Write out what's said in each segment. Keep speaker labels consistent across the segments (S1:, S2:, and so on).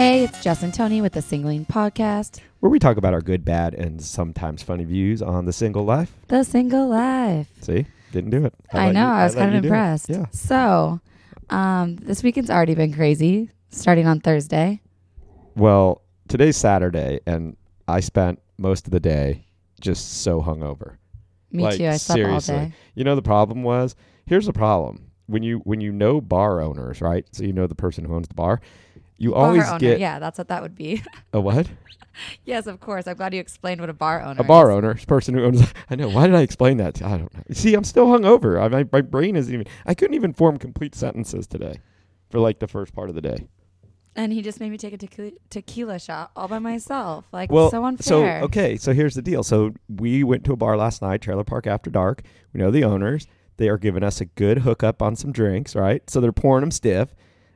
S1: Hey, it's Jess and Tony with the Singling Podcast,
S2: where we talk about our good, bad, and sometimes funny views on the single life.
S1: The Single Life.
S2: See, didn't do it.
S1: I,
S2: let
S1: know,
S2: you-
S1: I was
S2: let
S1: kind
S2: you
S1: of
S2: do it.
S1: impressed.
S2: Yeah.
S1: So, um, this weekend's already been crazy, starting on Thursday.
S2: Well, today's Saturday, and I spent most of the day just so hungover.
S1: Me
S2: Like,
S1: too, I slept
S2: seriously.
S1: all day.
S2: You know the problem was here's the problem when you when you know bar owners, right? So you know the person who owns the bar. You
S1: Bar
S2: always
S1: owner,
S2: get
S1: yeah, that's what that would be.
S2: a what?
S1: yes, of course. I'm glad you explained what a bar owner
S2: A bar
S1: is.
S2: owner, person who owns. I know. Why did I explain that? to- I don't know. See, I'm still hungover. I, my my brain isn't even. I couldn't even form complete sentences today, for like the first part of the day.
S1: And he just made me take a tequila, tequila shot all by myself. Like,
S2: Well,
S1: so unfair.
S2: So okay, so here's the deal. So we went to a bar last night, Trailer Park After Dark. We know the owners. They are giving us a good hookup on some drinks, right? So they're pouring them stiff,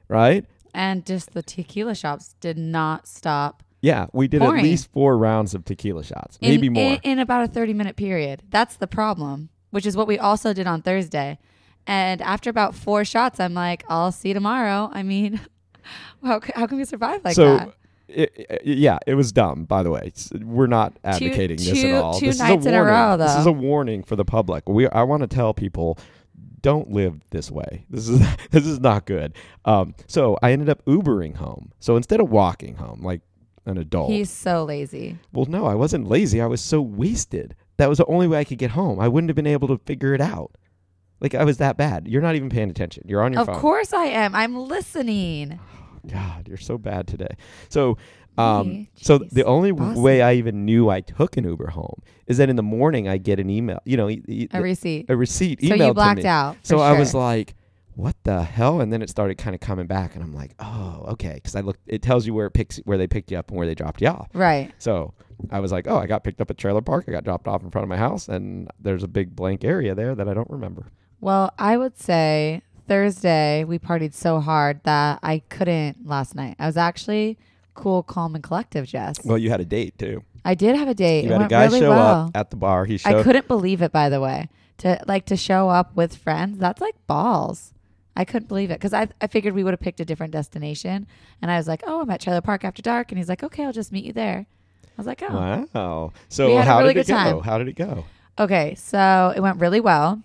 S2: right?
S1: And just the tequila shops did not stop
S2: Yeah, we did
S1: Pouring.
S2: at least four rounds of tequila shots,
S1: in-
S2: maybe more.
S1: in, in about a 30 minute period that's the problem which is what we also did on thursday and after about four shots i'm like i'll see you tomorrow i mean how, c- how can we survive like
S2: so,
S1: that
S2: It, it- yeah, it was dumb. By the way, S- we're not advocating this
S1: two-
S2: at all.
S1: two
S2: this
S1: nights
S2: is a
S1: in a
S2: warning.
S1: row,
S2: This is
S1: though.
S2: a warning for the public. We I want to tell people. Don't live this way. This is this is not good. Um, so I ended up Ubering home. So instead of walking home like an adult,
S1: he's so lazy
S2: well, no, I wasn't lazy. I was so wasted. That was the only way I could get home. I wouldn't have been able to figure it out. Like I was that bad. You're not even paying attention. You're on your
S1: of
S2: phone.
S1: course i am i'm listening
S2: God, you're so bad today. So, um,
S1: Me?
S2: so
S1: Jeez.
S2: the only w-
S1: Bossy.
S2: way I even knew I took an Uber home is that in the morning I get an email. You know, e- e-
S1: a receipt
S2: a receipt
S1: so
S2: emailed
S1: you
S2: to
S1: blacked
S2: me.
S1: out for
S2: so I was
S1: sure.
S2: like, "What the hell?" And then it started kind of coming back, and I'm like, "Oh, okay," because I looked. It tells you where it picks, where they picked you up, and where they dropped you off.
S1: right
S2: So I was like, "Oh, I got picked up at trailer park. I got dropped off in front of my house, and there's a big blank area there that I don't remember."
S1: well i would say thursday we partied so hard that i couldn't last night i was actually cool calm and collective jess
S2: Well, you had a date too.
S1: i did have a date
S2: You
S1: it
S2: had a
S1: went
S2: guy
S1: really
S2: show
S1: well
S2: up at the bar. He
S1: I
S2: showed
S1: couldn't believe it, by the way. To like to show up with friends, that's like balls. I couldn't believe it because I, I figured we would have picked a different destination. And I was like, oh, I'm at Trailer Park after dark. And he's like, okay, I'll just meet you there. I was like, oh.
S2: Wow. So
S1: We had a
S2: how
S1: really
S2: did it
S1: good
S2: go?
S1: time.
S2: How did it go?
S1: Okay. So it went really well.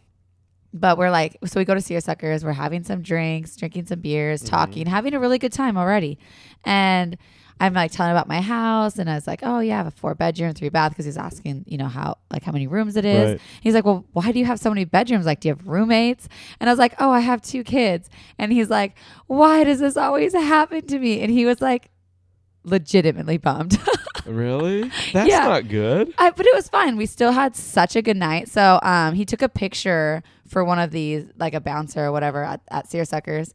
S1: But we're like, so we go to Searsuckers, we're having some drinks, drinking some beers, talking, having a really good time already. And I'm like telling him about my house. And I was like, oh, yeah, I have a four bedroom, three bath. Cause he's asking, you know, how, like, how many rooms it is.
S2: Right.
S1: He's like, well, why do you have so many bedrooms? Like, do you have roommates? And I was like, oh, I have two kids. And he's like, why does this always happen to me? And he was like, legitimately bummed.
S2: Really? That's
S1: Yeah.
S2: not good.
S1: I, but it was fun. We still had such a good night. So um, he took a picture for one of these, like a bouncer or whatever, at, at Searsuckers.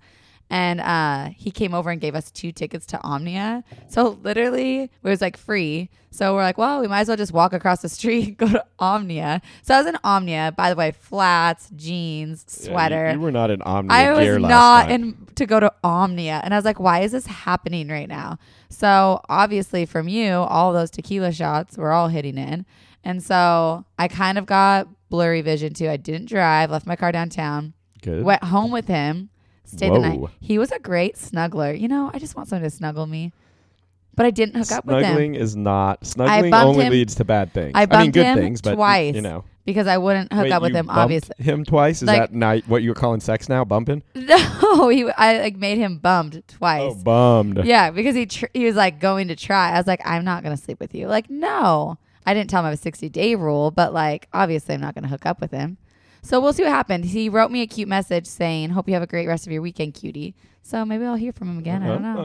S1: And uh, he came over and gave us two tickets to Omnia. So literally, it was like free. So we're like, well, we might as well just walk across the street and go to Omnia. So I was in Omnia, by the way, flats, jeans, sweater.
S2: you, were not in Omni
S1: I
S2: gear
S1: was
S2: last
S1: not
S2: night.
S1: in to go to Omnia, and I was like, "Why is this happening right now?" So obviously, from you, all those tequila shots were all hitting in, and so I kind of got blurry vision too. I didn't drive, left my car downtown,
S2: good.
S1: went home with him, stayed the night.
S2: Whoa.
S1: He was a great snuggler. You know, I just want someone to snuggle me, but I didn't hook up with him
S2: snuggling is not snuggling
S1: bumped
S2: only
S1: him-
S2: leads to bad things.
S1: I
S2: mean
S1: bumped
S2: good
S1: him
S2: things, but y-
S1: twice.
S2: you know.
S1: because I wouldn't hook
S2: Wait,
S1: up with
S2: you
S1: him.
S2: bumped
S1: Obviously,
S2: Him twice? Is
S1: Like-
S2: that night what you're calling sex now? Bumping?
S1: no, he, I like made him bummed twice.
S2: Oh, bummed.
S1: yeah, because he tr- he was like going to try. I was like, I'm not gonna sleep with you. Like, no, I didn't tell him I have a 60 day rule, but like, obviously, I'm not gonna hook up with him. So we'll see what happened. He wrote me a cute message saying, "Hope you have a great rest of your weekend, cutie." So maybe I'll hear from him again. I don't know.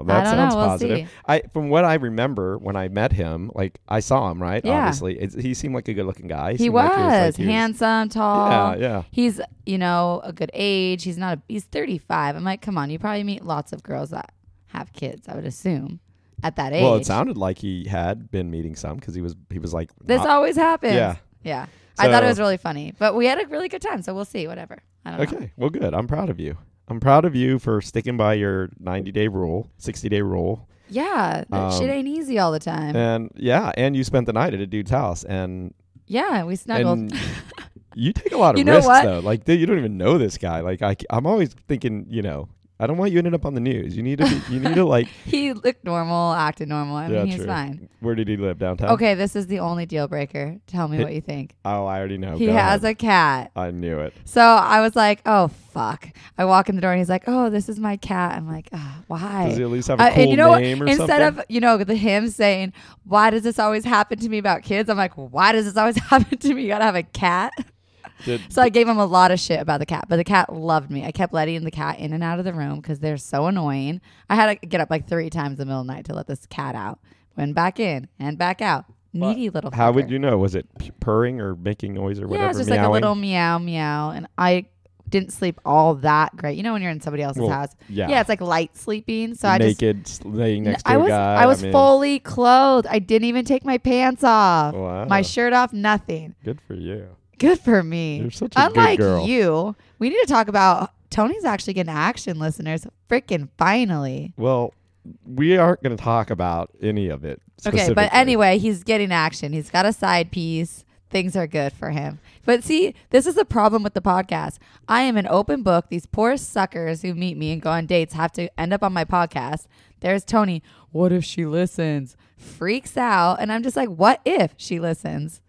S2: Oh, that
S1: I don't know.
S2: sounds
S1: We'll
S2: positive.
S1: see.
S2: I from what I remember when I met him, like I saw him, right?
S1: Yeah.
S2: Obviously. It's, he seemed like a good looking guy.
S1: He
S2: seemed
S1: was,
S2: like like, he was-
S1: handsome, tall.
S2: Yeah, yeah.
S1: He's you know a good age. He's not. A, he's 35. I'm like, come on. You probably meet lots of girls that have kids. I would assume at that age.
S2: Well, it sounded like he had been meeting some because he was he was like
S1: This
S2: not-
S1: always happens.
S2: Yeah.
S1: Yeah. I thought it
S2: So-
S1: was really funny, but we had a really good time. So we'll see. Whatever. I don't know.
S2: Okay. Well, good. I'm proud of you. I'm proud of you for sticking by your 90 day rule, 60 day rule.
S1: Yeah. That
S2: Um, eh.
S1: shit ain't easy all the time.
S2: And yeah, and you spent the night at a dude's house. And,
S1: yeah. We snuggled.
S2: and you take a lot of
S1: You know
S2: risks,
S1: what?
S2: though. Like, dude, you don't even know this guy. Like, I, am always thinking, you know, I don't want you ending up on the news. You need to be, you need to like
S1: He looked normal, acted normal. I
S2: Yeah,
S1: mean, he was
S2: true.
S1: fine.
S2: where did he live downtown?
S1: Okay, this is the only deal breaker. Tell me
S2: It-
S1: what you think.
S2: Oh, I already know.
S1: He has a cat.
S2: a. I knew it.
S1: So I was like, oh, fuck. I walk in the door and he's like, oh, this is my cat. I'm like, ah, why?
S2: Does he at least have
S1: Uh,
S2: a cool
S1: and you know what?
S2: name or
S1: Instead
S2: something?
S1: of you know the him saying, "Why does this always happen to me about kids?" I'm like, "Why does this always happen to me? You gotta have a cat."
S2: Did-
S1: So I gave him a lot of shit about the cat, but the cat loved me. I kept letting the cat in and out of the room because they're so annoying. I had to get up like three times in the middle of the night to let this cat out. Went back in and back out. Needy little.
S2: how
S1: fucker.
S2: would you know? Was it p- purring or making noise or whatever?
S1: Yeah, it's just
S2: meowing?
S1: like a little meow meow, and I didn't sleep all that great. You know when you're in somebody else's
S2: Well,
S1: house.
S2: yeah.
S1: yeah, it's like light sleeping. So I just
S2: naked s- laying next
S1: I
S2: to
S1: was
S2: a guy.
S1: I was
S2: mean,
S1: fully clothed. I didn't even take my pants off.
S2: Wow.
S1: My shirt off, nothing.
S2: Good for you.
S1: Good for me.
S2: You're such a good
S1: Unlike
S2: girl.
S1: you, we need to talk about Tony's actually getting action, listeners. Freaking finally.
S2: Well, we aren't going to talk about any of it.
S1: Okay, but
S2: specifically.
S1: anyway, he's getting action. He's got a side piece. Things are good for him. But see, this is the problem with the podcast. I am an open book. These poor suckers who meet me and go on dates have to end up on my podcast. There's Tony. What if she listens? Freaks out. And I'm just like, what if she listens?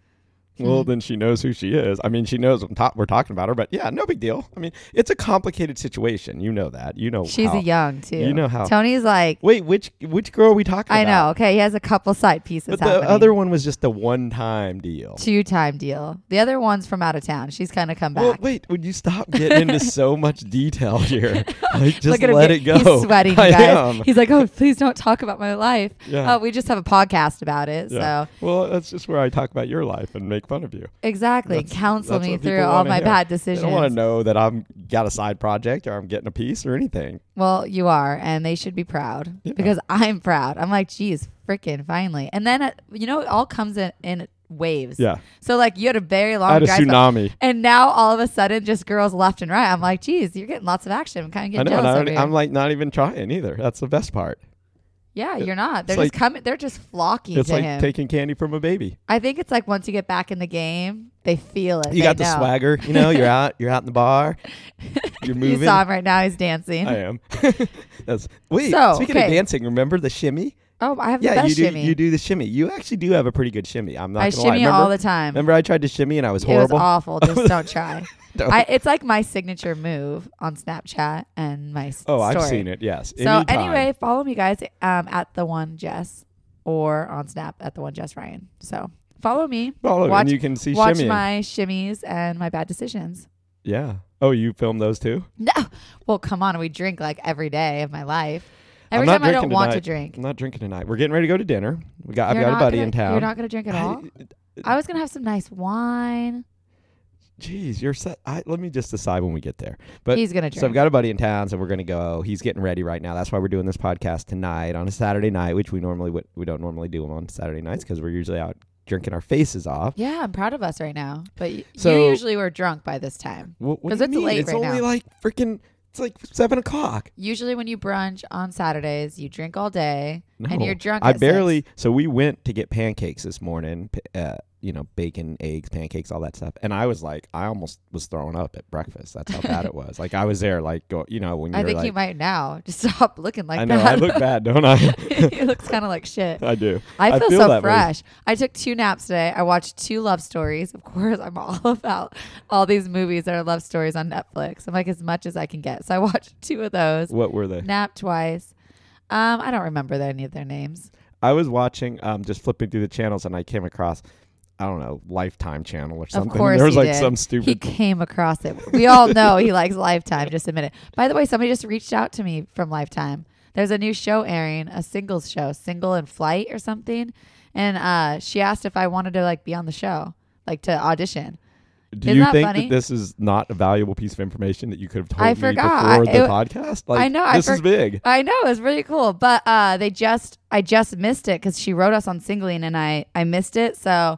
S2: Well, then she knows who she is. I mean, she knows I'm ta- we're talking about her, but yeah, no big deal. I mean, it's a complicated situation. You know that. You know
S1: She's
S2: Oh, how-
S1: a young, too.
S2: you know how-
S1: Tony's like,
S2: Wait, which which girl are we talking
S1: I
S2: about?
S1: know. Okay, he has a couple side pieces
S2: But the
S1: happening.
S2: other one was just a one-time deal.
S1: two time deal. The other one's from out of town. She's kind of come back.
S2: Well, wait, would you stop getting into so much detail here? Like, just
S1: him
S2: let
S1: get-
S2: it go.
S1: He's sweating, you
S2: I
S1: guys.
S2: am.
S1: He's like, oh, please don't talk about my life.
S2: Yeah.
S1: Oh, we just have a podcast about it.
S2: Yeah.
S1: So
S2: Well, that's just where I talk about your life and make fun of you.
S1: exactly,
S2: That's-
S1: counsel
S2: that's
S1: me
S2: what people
S1: through all
S2: wanna
S1: my
S2: hear.
S1: bad
S2: They don't want to
S1: decisions.
S2: know that I'm got a side project or I'm getting a piece or anything.
S1: Well, you are, and they should be proud
S2: Yeah.
S1: because I'm proud. I'm like, geez, freaking finally. And then uh, you know, it all comes in in waves.
S2: Yeah.
S1: So like, you had a very long
S2: I had a
S1: drive.
S2: tsunami.
S1: and now all of a sudden, just girls left and right. I'm like, geez, you're getting lots of action. I'm kind of
S2: I
S1: getting
S2: know. And I
S1: jealous. over
S2: already,
S1: here.
S2: I'm like not even trying either. That's the best part.
S1: yeah, you're not. They're
S2: it's
S1: just coming. They're just flocking
S2: It's
S1: to
S2: like
S1: him.
S2: taking candy from a baby.
S1: I think it's like once you get back in the game, they feel it.
S2: You got
S1: They
S2: the
S1: know.
S2: swagger. You know, you're out. You're out in the bar. You're moving.
S1: You saw him right now. He's dancing.
S2: I am. That's wait.
S1: So,
S2: speaking of
S1: okay.
S2: dancing, remember the shimmy?
S1: oh, I have the
S2: Yeah,
S1: best
S2: you do.
S1: shimmy.
S2: You do the shimmy. You actually do have a pretty good shimmy. I'm not
S1: I
S2: gonna
S1: shimmy
S2: lie. Remember,
S1: all the time.
S2: remember I tried to shimmy and I was
S1: it was
S2: horrible. Oh,
S1: awful. Just don't try.
S2: Don't-
S1: I, it's like my signature move on Snapchat and my s-
S2: oh, I've
S1: story.
S2: seen it. Yes.
S1: So
S2: Anytime.
S1: anyway, follow me guys um, at the one Jess or on Snap at the one Jess Ryan. So follow me.
S2: Follow,
S1: watch
S2: and you can see
S1: watch
S2: shimmying.
S1: my shimmies and my bad decisions.
S2: yeah. Oh, you filmed those too?
S1: No, well, come on. We drink like every day of my life.
S2: I'm
S1: Every
S2: not
S1: time I don't
S2: drinking
S1: want to
S2: tonight.
S1: drink.
S2: I'm not drinking tonight. We're getting ready to go to dinner. We got.
S1: You're
S2: I've got
S1: not
S2: a buddy
S1: gonna-
S2: in town.
S1: You're not gonna drink at all. I was gonna have some nice wine.
S2: Jeez, you're set. I, let me just decide when we get there. But
S1: He's gonna drink.
S2: So I've got a buddy in town, so we're gonna go. He's getting ready right now. That's why we're doing this podcast tonight on a Saturday night, which we normally would, we don't normally do 'em on Saturday nights because we're usually out drinking our faces off.
S1: yeah, I'm proud of us right now. But y- you
S2: So-
S1: usually were drunk by this time.
S2: Wha- What,
S1: 'Cause
S2: do you
S1: it's
S2: mean?
S1: late
S2: it's
S1: right
S2: only
S1: now.
S2: like freaking. It's like seven o'clock.
S1: Usually when you brunch on Saturdays, you drink all day and
S2: No.
S1: you're drunk.
S2: I
S1: at
S2: barely.
S1: six.
S2: So we went to get pancakes this morning. p- Uh, you know, bacon, eggs, pancakes, all that stuff. And I was like, I almost was throwing up at breakfast. That's how bad it was. Like I was there, like go, you know, when you're
S1: I think
S2: like,
S1: you might now. Just stop looking like
S2: I know
S1: that.
S2: I look bad, don't I?
S1: it looks kind of like shit.
S2: I do.
S1: I
S2: I
S1: feel,
S2: feel
S1: so
S2: that way.
S1: fresh. I took two naps today. I watched two love stories. Of course, I'm all about all these movies that are love stories on Netflix. I'm like as much as I can get. So I watched two of those.
S2: What were they?
S1: Nap twice. Um, I don't remember their- any of their names.
S2: I was watching, um, just flipping through the channels, and I came across, I don't know, Lifetime Channel or something.
S1: Of course,
S2: there was
S1: he
S2: like
S1: did.
S2: some
S1: He
S2: stupid.
S1: came across it. We all know he likes Lifetime. Just admit it. By the way, somebody just reached out to me from Lifetime. There's a new show airing, a singles show, Single in Flight or something, and uh, she asked if I wanted to like be on the show, like to audition.
S2: do
S1: Isn't
S2: you
S1: that
S2: think
S1: funny?
S2: that this is not a valuable piece of information that you could have told
S1: I
S2: me
S1: forgot.
S2: before
S1: I-
S2: the
S1: it-
S2: podcast? Like,
S1: I know, I
S2: this is
S1: forg-
S2: big.
S1: I know it's really cool, but uh, they just I just missed it because she wrote us on Singling and I I missed it. So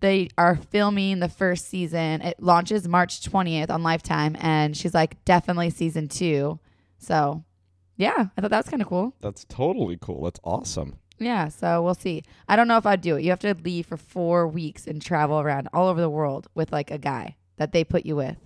S1: they are filming the first season. It launches March twentieth on Lifetime, and she's like definitely season two. So yeah, I thought that was kind of cool.
S2: That's totally cool. That's awesome.
S1: Yeah, so we'll see. I don't know if I'd do it. You have to leave for four weeks and travel around all over the world with like a guy that they put you with.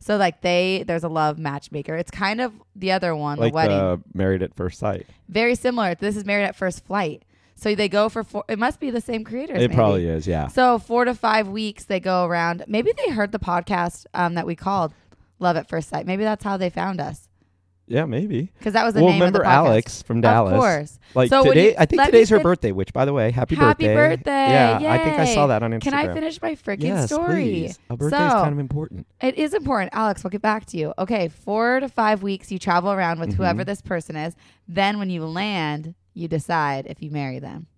S1: So like they there's a love matchmaker. It's kind of the other one,
S2: like
S1: the wedding.
S2: the married at first sight.
S1: Very similar. This is Married at First Flight. So they go for four. It must be the same creators.
S2: it
S1: maybe.
S2: probably is. Yeah.
S1: So four to five weeks they go around. Maybe they heard the podcast um, that we called Love at First Sight. Maybe that's how they found us
S2: Yeah, maybe.
S1: because that was the
S2: Well,
S1: name of the
S2: remember
S1: podcast.
S2: Alex from Dallas?
S1: Of course.
S2: Like
S1: So when
S2: today,
S1: you-
S2: I think
S1: let me
S2: today's her
S1: fin-
S2: birthday. Which, by the way, happy
S1: Happy
S2: birthday!
S1: birthday.
S2: Yeah, I think I saw
S1: Yay.
S2: that on Instagram.
S1: Can I finish my freaking
S2: yes,
S1: story?
S2: Please. A birthday is
S1: So-
S2: kind of important.
S1: It is important. Alex, we'll get back to you. Okay, four to five weeks you travel around with whoever
S2: Mm-hmm.
S1: this person is. Then when you land, you decide if you marry them.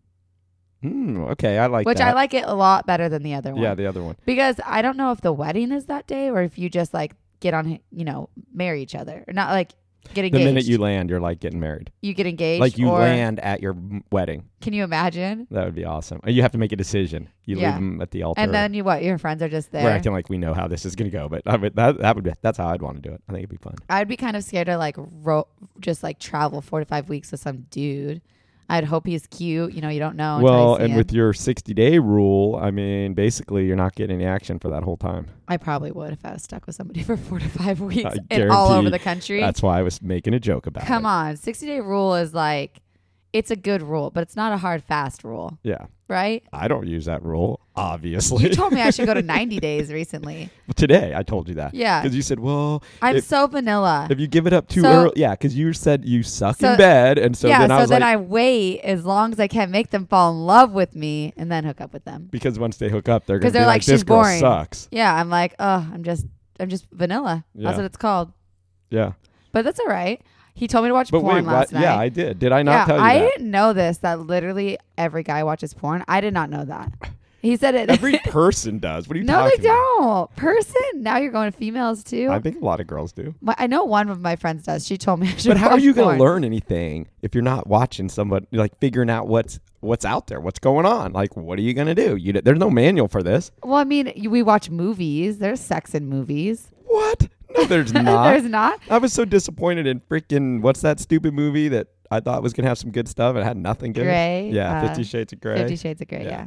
S2: Hmm. okay, I like
S1: which
S2: that.
S1: I like it a lot better than the other one.
S2: Yeah, the other one.
S1: because I don't know if the wedding is that day or if you just like get on, you know, marry each other. Or not like get
S2: The
S1: engaged.
S2: minute you land, you're like getting married.
S1: You get engaged.
S2: Like you
S1: or,
S2: land at your m- wedding.
S1: Can you imagine?
S2: That would be awesome. You have to make a decision. You leave
S1: Yeah.
S2: them at the altar.
S1: And then you what? Your friends are just
S2: we're
S1: there.
S2: acting like we know how this is going to go, but I would, that that would be, that's how I'd want to do it. I think it'd be fun.
S1: I'd be kind of scared to like ro- just like travel four to five weeks with some dude. I'd hope he's cute. You know, you don't know. Until
S2: well,
S1: you see
S2: and
S1: him.
S2: with your 60 day rule, I mean, basically you're not getting any action for that whole time.
S1: I probably would if I was stuck with somebody for four to five weeks
S2: I
S1: and all over
S2: guarantee
S1: the country.
S2: That's why I was making a joke about
S1: Come
S2: it.
S1: on, sixty day rule is like, it's a good rule, but it's not a hard fast rule,
S2: Yeah.
S1: right?
S2: I don't use that rule, obviously.
S1: You told me I should go to 90 days recently.
S2: Today, I told you that.
S1: Yeah.
S2: Because you said, well,
S1: I'm
S2: If-
S1: so vanilla.
S2: if you give it up too
S1: So-
S2: early. Yeah. Because you said you suck in
S1: So-
S2: bed. And so
S1: yeah,
S2: then
S1: so
S2: I was
S1: then
S2: like,
S1: I wait as long as I can make them fall in love with me and then hook up with them.
S2: because once they hook up, they're going
S1: 'Cause
S2: to
S1: they're
S2: be
S1: like,
S2: like, this
S1: "She's
S2: girl
S1: boring."
S2: sucks.
S1: Yeah, I'm like, oh, I'm just, I'm just vanilla.
S2: Yeah.
S1: That's what it's called.
S2: Yeah.
S1: But that's all right. He told me to watch
S2: But
S1: porn
S2: wait,
S1: last
S2: what?
S1: night.
S2: yeah, I did. Did I not
S1: Yeah,
S2: tell you
S1: I
S2: that?
S1: didn't know this. That literally every guy watches porn. I did not know that. He said it.
S2: Every person does. What are you
S1: no,
S2: talking
S1: they don't. Person. Now you're going to females too.
S2: about? I
S1: My-
S2: think a lot of girls do.
S1: I, know one of my friends does. She told me. I should
S2: But how are
S1: watch
S2: you going
S1: porn.
S2: to learn anything if you're not watching somebody, like figuring out what's what's out there, what's going on? Like, what are you going to do? You, d- there's no manual for this.
S1: Well, I mean, y- we watch movies. There's sex in movies.
S2: What? No, there's not.
S1: There's not.
S2: I was so disappointed in freaking what's that stupid movie that I thought was going to have some good stuff and it had nothing good.
S1: Grey,
S2: Yeah,
S1: uh,
S2: Fifty Shades of Grey.
S1: Fifty Shades of Grey.
S2: Yeah.
S1: Yeah.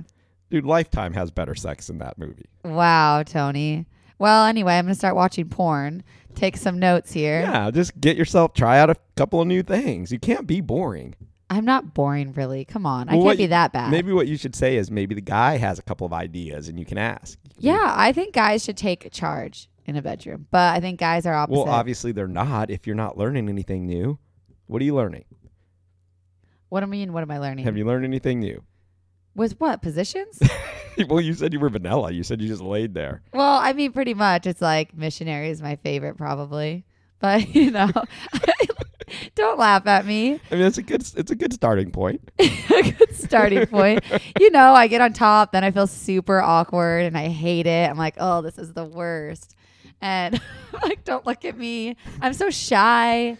S2: Dude, Lifetime has better sex than that movie.
S1: Wow, Tony. Well, anyway, I'm gonna start watching porn. Take some notes here.
S2: Yeah, just get yourself, try out a couple of new things. You can't be boring.
S1: I'm not boring, really. Come on,
S2: Well,
S1: I
S2: what
S1: can't be
S2: you-
S1: that bad.
S2: Maybe what you should say is maybe the guy has a couple of ideas and you can ask.
S1: Yeah, I think guys should take charge in a bedroom, but I think guys are opposite.
S2: Well, obviously they're not if you're not learning anything new. What are you learning?
S1: what do I mean? What am I learning?
S2: Have you learned anything new?
S1: With what positions?
S2: well, you said you were vanilla. You said you just laid there.
S1: well, I mean, pretty much. It's like missionary is my favorite, probably. But you know, don't laugh at me.
S2: I mean, it's a good it's a good starting point.
S1: a good starting point. You know, I get on top, then I feel super awkward and I hate it. I'm like, oh, this is the worst. And like, don't look at me. I'm so shy.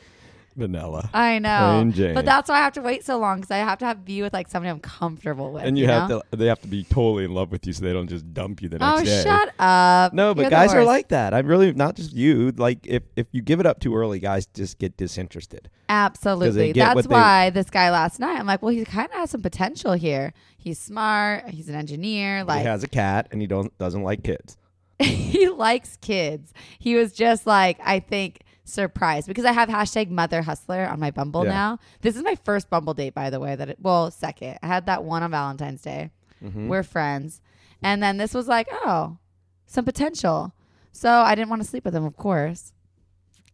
S2: Vanilla.
S1: I know.
S2: Plain Jane.
S1: But that's why I have to wait so long because I have to have be with like somebody I'm comfortable with.
S2: and you, have
S1: know?
S2: to they have to be totally in love with you so they don't just dump you the next
S1: Oh,
S2: day.
S1: shut up.
S2: No, but
S1: You're the
S2: guys are
S1: worst.
S2: like that. I'm really not just you. Like if if you give it up too early, guys just get disinterested.
S1: Absolutely.
S2: get
S1: That's
S2: what they-
S1: why this guy last night, I'm like, well, he kind of has some potential here. He's smart. He's an engineer. Like,
S2: he has a cat and he don't doesn't like kids.
S1: he likes kids. He was just like, I think surprised because I have hashtag mother hustler on my Bumble
S2: Yeah.
S1: now. This is my first Bumble date, by the way. That it, well, second. I had that one on Valentine's Day.
S2: Hmm. Mm-hmm.
S1: We're friends, and then this was like, oh, some potential. So I didn't want to sleep with him, of course.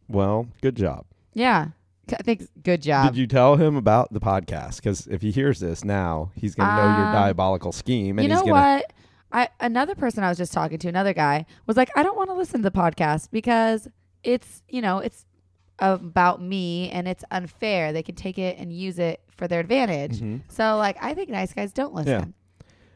S2: Well, good job.
S1: Yeah, C- I think good job.
S2: Did you tell him about the podcast? Because if he hears this now, he's gonna know your
S1: Um,
S2: diabolical scheme, and
S1: you know
S2: he's gonna.
S1: what? I another person I was just talking to, another guy, was like, I don't want to listen to the podcast because it's you know it's about me and it's unfair. They can take it and use it for their advantage.
S2: Mm-hmm.
S1: So like, I think nice guys don't listen.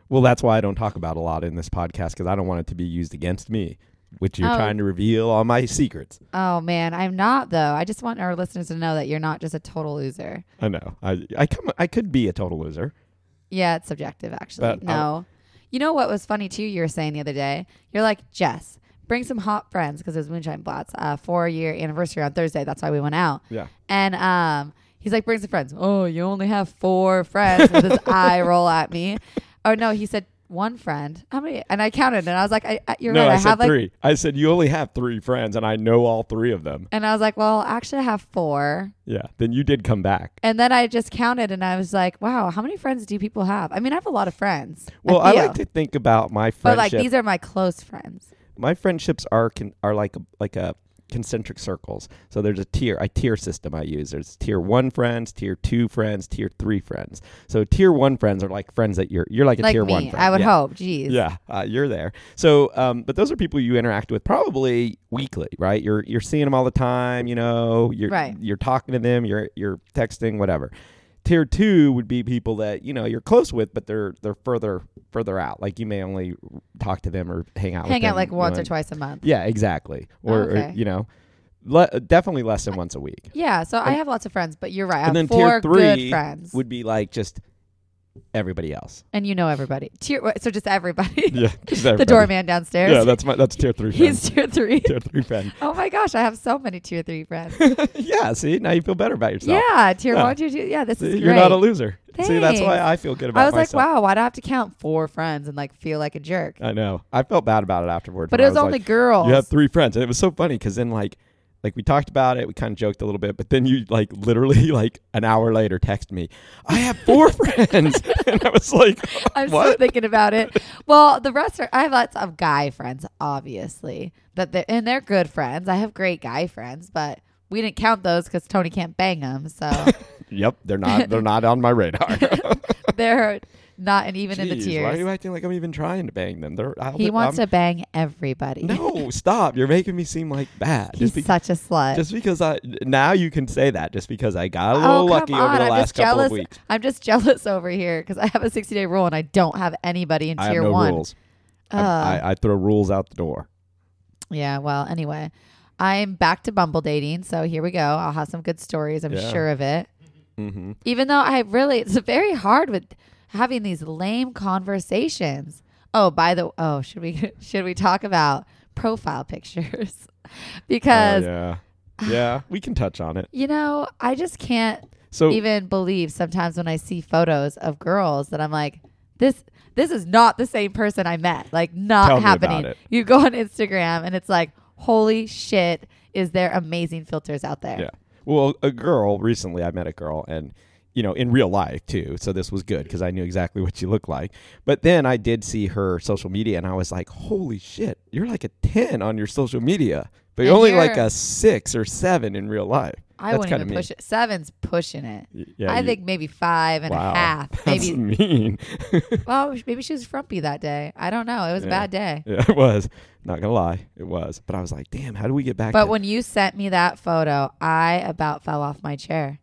S2: Well, that's why I don't talk about a lot in this podcast because I don't want it to be used against me, which you're
S1: Oh.
S2: trying to reveal all my secrets.
S1: Oh man, I'm not though. I just want our listeners to know that you're not just a total loser.
S2: I know. I I come. I could be a total loser.
S1: Yeah, it's subjective actually.
S2: But I-
S1: no. you know what was funny too? You were saying the other day, you're like, Jess, bring some hot friends because it was Moonshine Blot's uh, four year anniversary on Thursday. That's why we went out.
S2: Yeah.
S1: And um, he's like, bring some friends. Oh, you only have four friends with his eye roll at me. Oh, no, he said, one friend. How many? And I counted, and I was like, I, I- "You're
S2: no,
S1: right.
S2: I,
S1: I,
S2: said
S1: have like."
S2: three. I said you only have three friends, and I know all three of them.
S1: And I was like, "Well, actually, I have four.
S2: Yeah. Then you did come back.
S1: And then I just counted, and I was like, "Wow, how many friends do people have?" I mean, I have a lot of friends.
S2: Well, I,
S1: feel.
S2: like to think about my
S1: but
S2: friendship.
S1: like these are my close friends.
S2: my friendships are con- are like a, like a concentric circles. So there's a tier a tier system I use. There's tier one friends, tier two friends, tier three friends. So tier one friends are like friends that you're you're like a
S1: Like
S2: tier
S1: me,
S2: one friend.
S1: I would
S2: yeah.
S1: hope. Jeez.
S2: Yeah, uh, you're there. So, um, but those are people you interact with probably weekly, right? You're you're seeing them all the time. You know, you're
S1: Right.
S2: you're talking to them. You're you're texting, whatever. Tier two would be people that you know you're close with, but they're they're further further out. Like you may only talk to them or hang out. with
S1: Hang out
S2: them
S1: like once or
S2: when-
S1: twice a month.
S2: Yeah, exactly. Or, or,
S1: okay.
S2: you know, le- definitely less than once a week.
S1: Yeah. So I have lots of friends, but you're right. I have
S2: and then
S1: four
S2: tier three
S1: good friends,
S2: would be like just everybody else.
S1: and you know everybody. Tier. wait, So just everybody.
S2: Yeah,
S1: the doorman downstairs.
S2: Yeah, that's my that's tier three.
S1: He's tier three.
S2: tier three friend.
S1: Oh my gosh, I have so many tier three friends.
S2: yeah, see, now you feel better about yourself.
S1: yeah, tier
S2: Yeah.
S1: one, tier two. Yeah, this
S2: See,
S1: is great.
S2: You're not a loser. See, that's why
S1: Thanks.
S2: I feel good about
S1: I was
S2: myself.
S1: like, wow, why do I have to count four friends and like feel like a jerk?
S2: I know. I felt bad about it afterwards.
S1: but it
S2: when I
S1: was, only
S2: like,
S1: girls.
S2: You have three friends, and it was so funny because then like. Like we talked about it, we kind of joked a little bit, but then you like literally like an hour later text me, "I have four friends," and I was like,
S1: I'm still
S2: "What?"
S1: thinking about it. Well, the rest are I have lots of guy friends, obviously. That they and they're good friends. I have great guy friends, but we didn't count those because Tony can't bang them, so
S2: yep, they're not. They're not on my radar.
S1: they're not and even in the
S2: Jeez, Why are you
S1: tiers.
S2: acting like I'm even trying to bang them? They're I'll,
S1: He wants
S2: I'm,
S1: to bang everybody.
S2: No, stop! You're making me seem like bad.
S1: He's
S2: just be,
S1: such a slut.
S2: Just because I now you can say that just because I got a little lucky over the
S1: Oh, I'm
S2: last
S1: just
S2: couple
S1: jealous.
S2: of weeks.
S1: I'm just jealous over here because I have a 60 day rule and I don't have anybody in
S2: I
S1: tier
S2: have no
S1: one.
S2: rules.
S1: Uh,
S2: I'm- I, I throw rules out the door.
S1: yeah. Well, anyway, I'm back to Bumble dating, so here we go. I'll have some good stories. I'm
S2: Yeah.
S1: sure of it.
S2: Mm-hmm.
S1: Even though I really, it's very hard with having these lame conversations. Oh, by the oh, should we should we talk about profile pictures because
S2: Oh, yeah, yeah, we can touch on it.
S1: you know I just can't
S2: So
S1: even believe sometimes when I see photos of girls that I'm like, this this is not the same person I met. Like not
S2: Tell me about
S1: happening.
S2: it.
S1: You go on Instagram and it's like, holy shit, is there amazing filters out there?
S2: yeah, well, a girl recently I met a girl and you know in real life too, so this was good because I knew exactly what she looked like. But then I did see her social media and I was like, holy shit, you're like a ten on your social media, but you're
S1: And
S2: only
S1: you're-
S2: like a six or seven in real life.
S1: I
S2: That's
S1: wouldn't
S2: kinda
S1: even
S2: mean.
S1: push it. Seven's pushing it.
S2: Y- Yeah,
S1: I
S2: you-
S1: think maybe five and
S2: wow,
S1: a half.
S2: That's
S1: Maybe
S2: mean.
S1: well, maybe she was frumpy that day. I don't know. It was
S2: Yeah.
S1: a bad day.
S2: Yeah, it was. Not gonna lie, it was. But I was like, damn, how do we get back?
S1: But
S2: to
S1: when you sent me that photo, I about fell off my chair.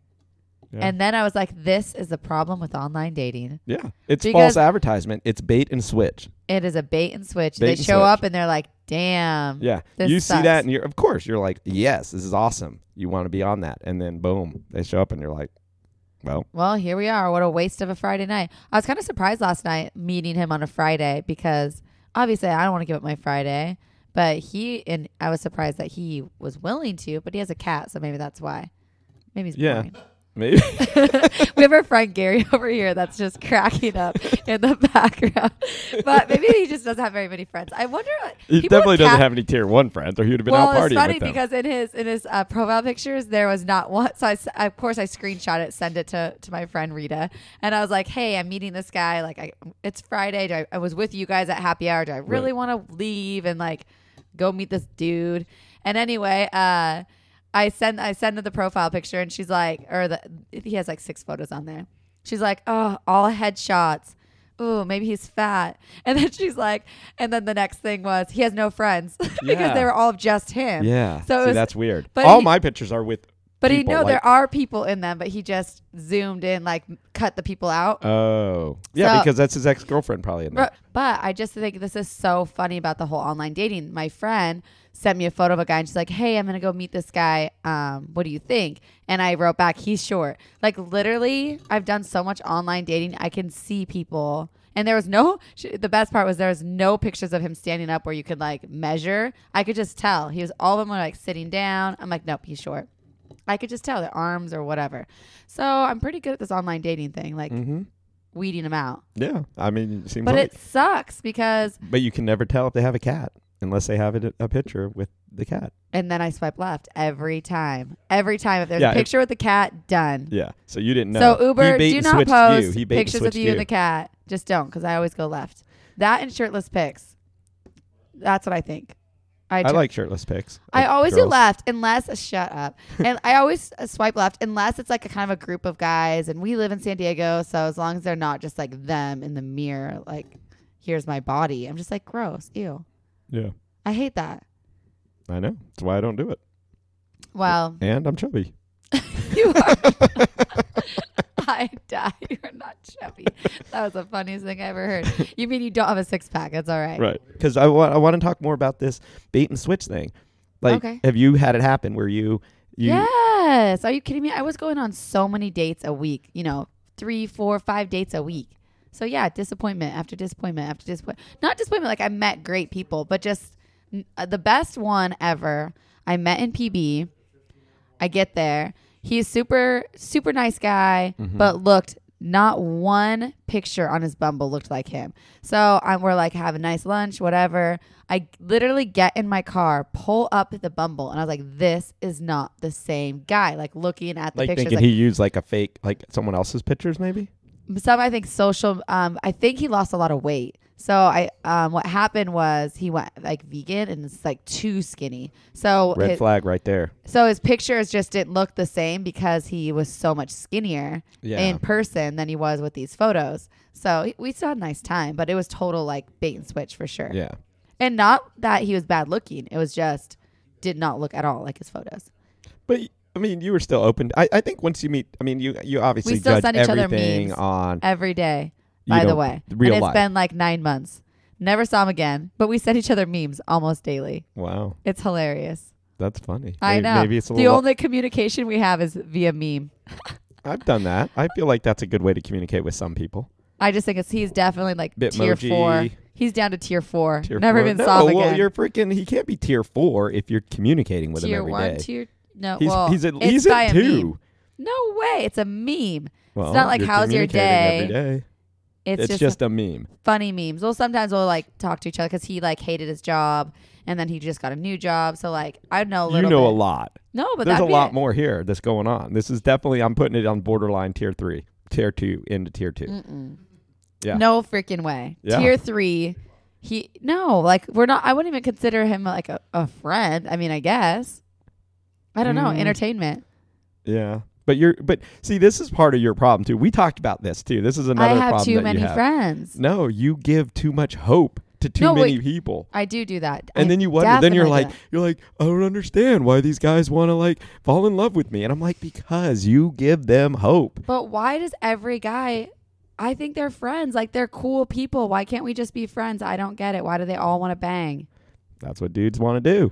S2: Yeah.
S1: And then I was like, this is the problem with online dating.
S2: yeah, it's
S1: Because-
S2: false advertisement. It's bait and switch.
S1: It is a bait and switch.
S2: Bait
S1: they
S2: and
S1: show
S2: switch.
S1: up and they're like, "Damn."
S2: Yeah,
S1: This
S2: you see
S1: sucks.
S2: that, and you're of course you're like, yes, this is awesome. You want to be on that, and then boom, they show up, and you're like, well,
S1: Well, here we are. What a waste of a Friday night. I was kind of surprised last night meeting him on a Friday because obviously I don't want to give up my Friday, but he and I was surprised that he was willing to, but he has a cat, so maybe that's why. Maybe he's
S2: Yeah.
S1: boring.
S2: maybe
S1: we have our friend Gary over here that's just cracking up in the background, but maybe he just doesn't have very many friends. I wonder.
S2: he
S1: people with
S2: definitely doesn't
S1: cat-
S2: have any tier one friends, or he would have been
S1: well,
S2: out partying
S1: it's funny
S2: with them.
S1: because in his in his uh, profile pictures there was not one. So I, s- of course I screenshot it, send it to to my friend Rita, and I was like, "Hey, I'm meeting this guy. Like, I, it's Friday. Do I, I was with you guys at happy hour. Do I really want to leave and like go meet this dude?" And anyway, uh, I send I send her the profile picture, and she's like, or the he has like six photos on there. She's like, "Oh, all headshots." Ooh, maybe he's fat. And then she's like, and then the next thing was he has no friends because
S2: Yeah.
S1: they were all just him.
S2: yeah,
S1: So it
S2: see,
S1: was,
S2: that's weird.
S1: but
S2: All
S1: he-
S2: my pictures are with,
S1: but he
S2: people,
S1: no,
S2: like-
S1: there are people in them, but he just zoomed in, like cut the people out.
S2: oh, yeah,
S1: So-
S2: because that's his ex girlfriend probably in there.
S1: But, but I just think this is so funny about the whole online dating. My friend sent me a photo of a guy and she's like, Hey, I'm gonna go meet this guy. Um, what do you think? And I wrote back, He's short. Like literally, I've done so much online dating, I can see people. And there was no, sh- the best part was there was no pictures of him standing up where you could like measure. I could just tell. He was all of them were like sitting down. I'm like, Nope, he's short. I could just tell their arms or whatever. So I'm pretty good at this online dating thing. Like, weeding them out.
S2: Yeah, I mean, it seems
S1: But
S2: like.
S1: it sucks because,
S2: but you can never tell if they have a cat unless they have a, a picture with the cat.
S1: and then I swipe left every time. Every time. If there's
S2: Yeah,
S1: a
S2: if-
S1: picture with the cat, done.
S2: Yeah, so you didn't know.
S1: So Uber,
S2: He bait
S1: do
S2: and
S1: not
S2: switched
S1: post
S2: you. He bait and
S1: pictures with
S2: switched
S1: you, and the cat. Just don't, because I always go left. That and shirtless pics. That's what I think. I,
S2: I
S1: tur-
S2: like shirtless pics.
S1: I
S2: of
S1: always do
S2: girls.
S1: left unless shut up. and I always uh, swipe left unless it's like a kind of a group of guys, and we live in San Diego, so as long as they're not just like them in the mirror, like here's my body. I'm just like gross. Ew.
S2: Yeah,
S1: I hate that.
S2: I know. That's why I don't do it.
S1: Well,
S2: And I'm chubby.
S1: you are. I die. You're not chubby. That was the funniest thing I ever heard. You mean you don't have a six pack? That's all right.
S2: Right. Because I, wa- I want to talk more about this bait and switch thing. Like,
S1: Okay.
S2: have you had it happen where you, you
S1: Yes. Are you kidding me? I was going on so many dates a week, you know, three, four, five dates a week. So, yeah, disappointment after disappointment after disappointment. Not disappointment, like I met great people, but just n- uh, the best one ever. I met in PB. I get there. He's super, super nice guy,
S2: Mm-hmm.
S1: but looked not one picture on his Bumble looked like him. So I, we're like, have a nice lunch, whatever. I literally get in my car, pull up the Bumble, and I was like, this is not the same guy. Like looking at the
S2: like
S1: pictures,
S2: thinking
S1: like
S2: he used like a fake, like someone else's pictures, maybe?
S1: some I think social um I think he lost a lot of weight. So I um what happened was he went like vegan and it's like too skinny. So
S2: Red
S1: his,
S2: flag right there.
S1: so his pictures just didn't look the same because he was so much skinnier
S2: Yeah.
S1: in person than he was with these photos. So we still had a nice time, but it was total like bait and switch for sure.
S2: Yeah.
S1: And not that he was bad looking. It was just did not look at all like his photos.
S2: But I mean, you were still open. I, I think once you meet, I mean, you you obviously
S1: We still
S2: judge
S1: send each other
S2: everything
S1: memes.
S2: on.
S1: every day.
S2: You
S1: By the
S2: don't-
S1: way,
S2: real
S1: and it's
S2: life.
S1: been like nine months. Never saw him again, but we sent each other memes almost daily.
S2: Wow,
S1: It's hilarious.
S2: that's funny.
S1: I
S2: Maybe-
S1: know.
S2: Maybe it's a
S1: the
S2: little.
S1: only communication we have is via meme.
S2: I've done that. I feel like that's a good way to communicate with some people.
S1: I just think it's he's definitely like tier
S2: Bitmoji.
S1: four. He's down to tier four.
S2: Tier
S1: Never
S2: four.
S1: even
S2: no,
S1: saw him
S2: well,
S1: again.
S2: you're freaking. He can't be tier four if you're communicating with him
S1: tier
S2: every day.
S1: one, tier no.
S2: he's
S1: Uh, well,
S2: he's at
S1: it's
S2: least
S1: by
S2: at
S1: a
S2: two.
S1: meme. No way. It's a meme.
S2: Well,
S1: not like,
S2: you're
S1: "How's your
S2: communicating Every day.
S1: It's,
S2: It's,
S1: just,
S2: just, a meme.
S1: funny memes. Well, sometimes we'll like talk to each other because he like hated his job and then he just got a new job. So like I know a
S2: You
S1: little.
S2: know
S1: bit.
S2: a lot.
S1: No, but
S2: There's a
S1: that'd be
S2: lot
S1: it.
S2: more here that's going on. This is definitely. I'm putting it on borderline tier three, tier two, into tier
S1: Mm.
S2: 2 Yeah.
S1: No freaking way.
S2: Yeah.
S1: Tier three. He no, like we're not. I wouldn't even consider him like a, a friend. I mean, I guess. I don't know.
S2: Mm.
S1: Entertainment.
S2: Yeah. But you're but see this is part of your problem too. We talked about this too. This is another
S1: I have
S2: problem
S1: too
S2: that
S1: many
S2: you have.
S1: friends.
S2: No, you give too much hope to too
S1: No,
S2: many
S1: wait.
S2: people.
S1: I do do that.
S2: And
S1: I
S2: then you wonder then you're
S1: definitely
S2: like
S1: do that.
S2: you're like I don't understand why these guys want to like fall in love with me. And I'm like because you give them hope.
S1: But why does every guy? I think they're friends. Like they're cool people. Why can't we just be friends? I don't get it. Why do they all want to bang?
S2: That's what dudes want to do.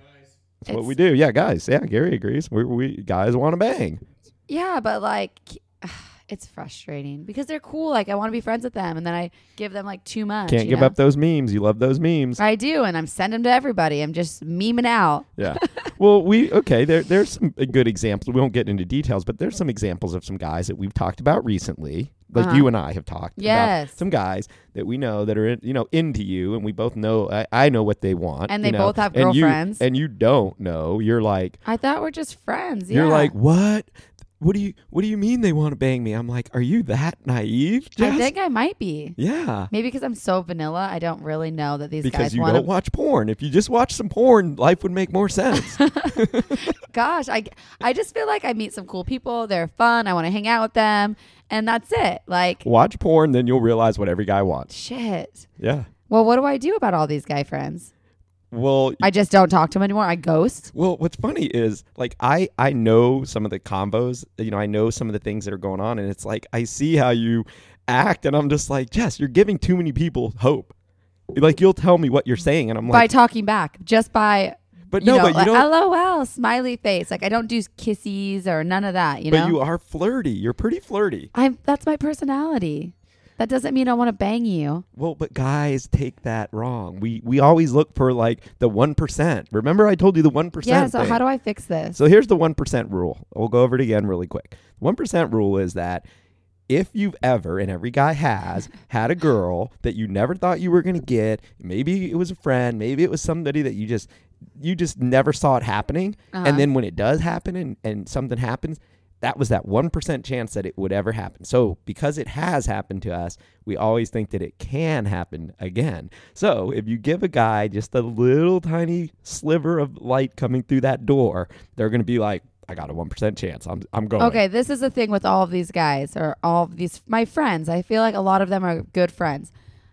S2: That's what
S1: It's-
S2: we do. Yeah, guys. Yeah, Gary agrees. We we guys want to bang.
S1: Yeah, but like it's frustrating because they're cool. Like I want to be friends with them, and then I give them like too much.
S2: Can't
S1: you
S2: give
S1: know?
S2: up those memes. You love those memes.
S1: I do, and I'm sending them to everybody. I'm just memeing out.
S2: Yeah. Well, we okay. There, there's some good examples. We won't get into details, but there's some examples of some guys that we've talked about recently. Like
S1: Uh-huh.
S2: you and I have talked
S1: Yes.
S2: about some guys that we know that are in, you know into you, and we both know. I, I know what they want,
S1: And
S2: you
S1: they
S2: know,
S1: both have
S2: and you-
S1: girlfriends.
S2: and you don't know. You're like,
S1: I thought we're just friends.
S2: you're
S1: yeah.
S2: like, what? What do you What do you mean they want to bang me? I'm like, are you that naive?
S1: I
S2: Jess?"
S1: think I might be.
S2: Yeah.
S1: Maybe because I'm so vanilla, I don't really know that these
S2: Because
S1: guys
S2: you
S1: want
S2: don't
S1: to.
S2: watch porn. If you just watch some porn, life would make more sense.
S1: Gosh, I, I just feel like I meet some cool people. They're fun. I want to hang out with them, and that's it. Like
S2: watch porn, then you'll realize what every guy wants.
S1: shit.
S2: Yeah.
S1: Well, what do I do about all these guy friends?
S2: Well,
S1: I just don't talk to them anymore. I ghost.
S2: Well, what's funny is like I I know some of the combos, you know, I know some of the things that are going on, and it's like I see how you act, and I'm just like, Jess, you're giving too many people hope. Like you'll tell me what you're saying, and I'm
S1: by
S2: like,
S1: talking back, just by
S2: but
S1: you
S2: no,
S1: know,
S2: but you
S1: like,
S2: don't.
S1: LOL, smiley face. Like I don't do kisses or none of that. You know,
S2: but you are flirty. You're pretty flirty.
S1: I'm that's my personality. That doesn't mean I want to bang you.
S2: Well, but guys take that wrong. We we always look for like the one percent. Remember, I told you the one
S1: Yeah,
S2: percent.
S1: so how do I fix this?
S2: So here's the 1% rule. We'll go over it again really quick. The 1% rule is that if you've ever, and every guy has, had a girl that you never thought you were going to get, maybe it was a friend, maybe it was somebody that you just you just never saw it happening,
S1: Uh-huh.
S2: and then when it does happen and and something happens, that was that 1% chance that it would ever happen. So, because it has happened to us, we always think that it can happen again. So, if you give a guy just a little tiny sliver of light coming through that door, they're going to be like, I got a 1% chance. I'm, I'm going.
S1: Okay, this is the thing with all of these guys or all of these my friends. I feel like a lot of them are good friends.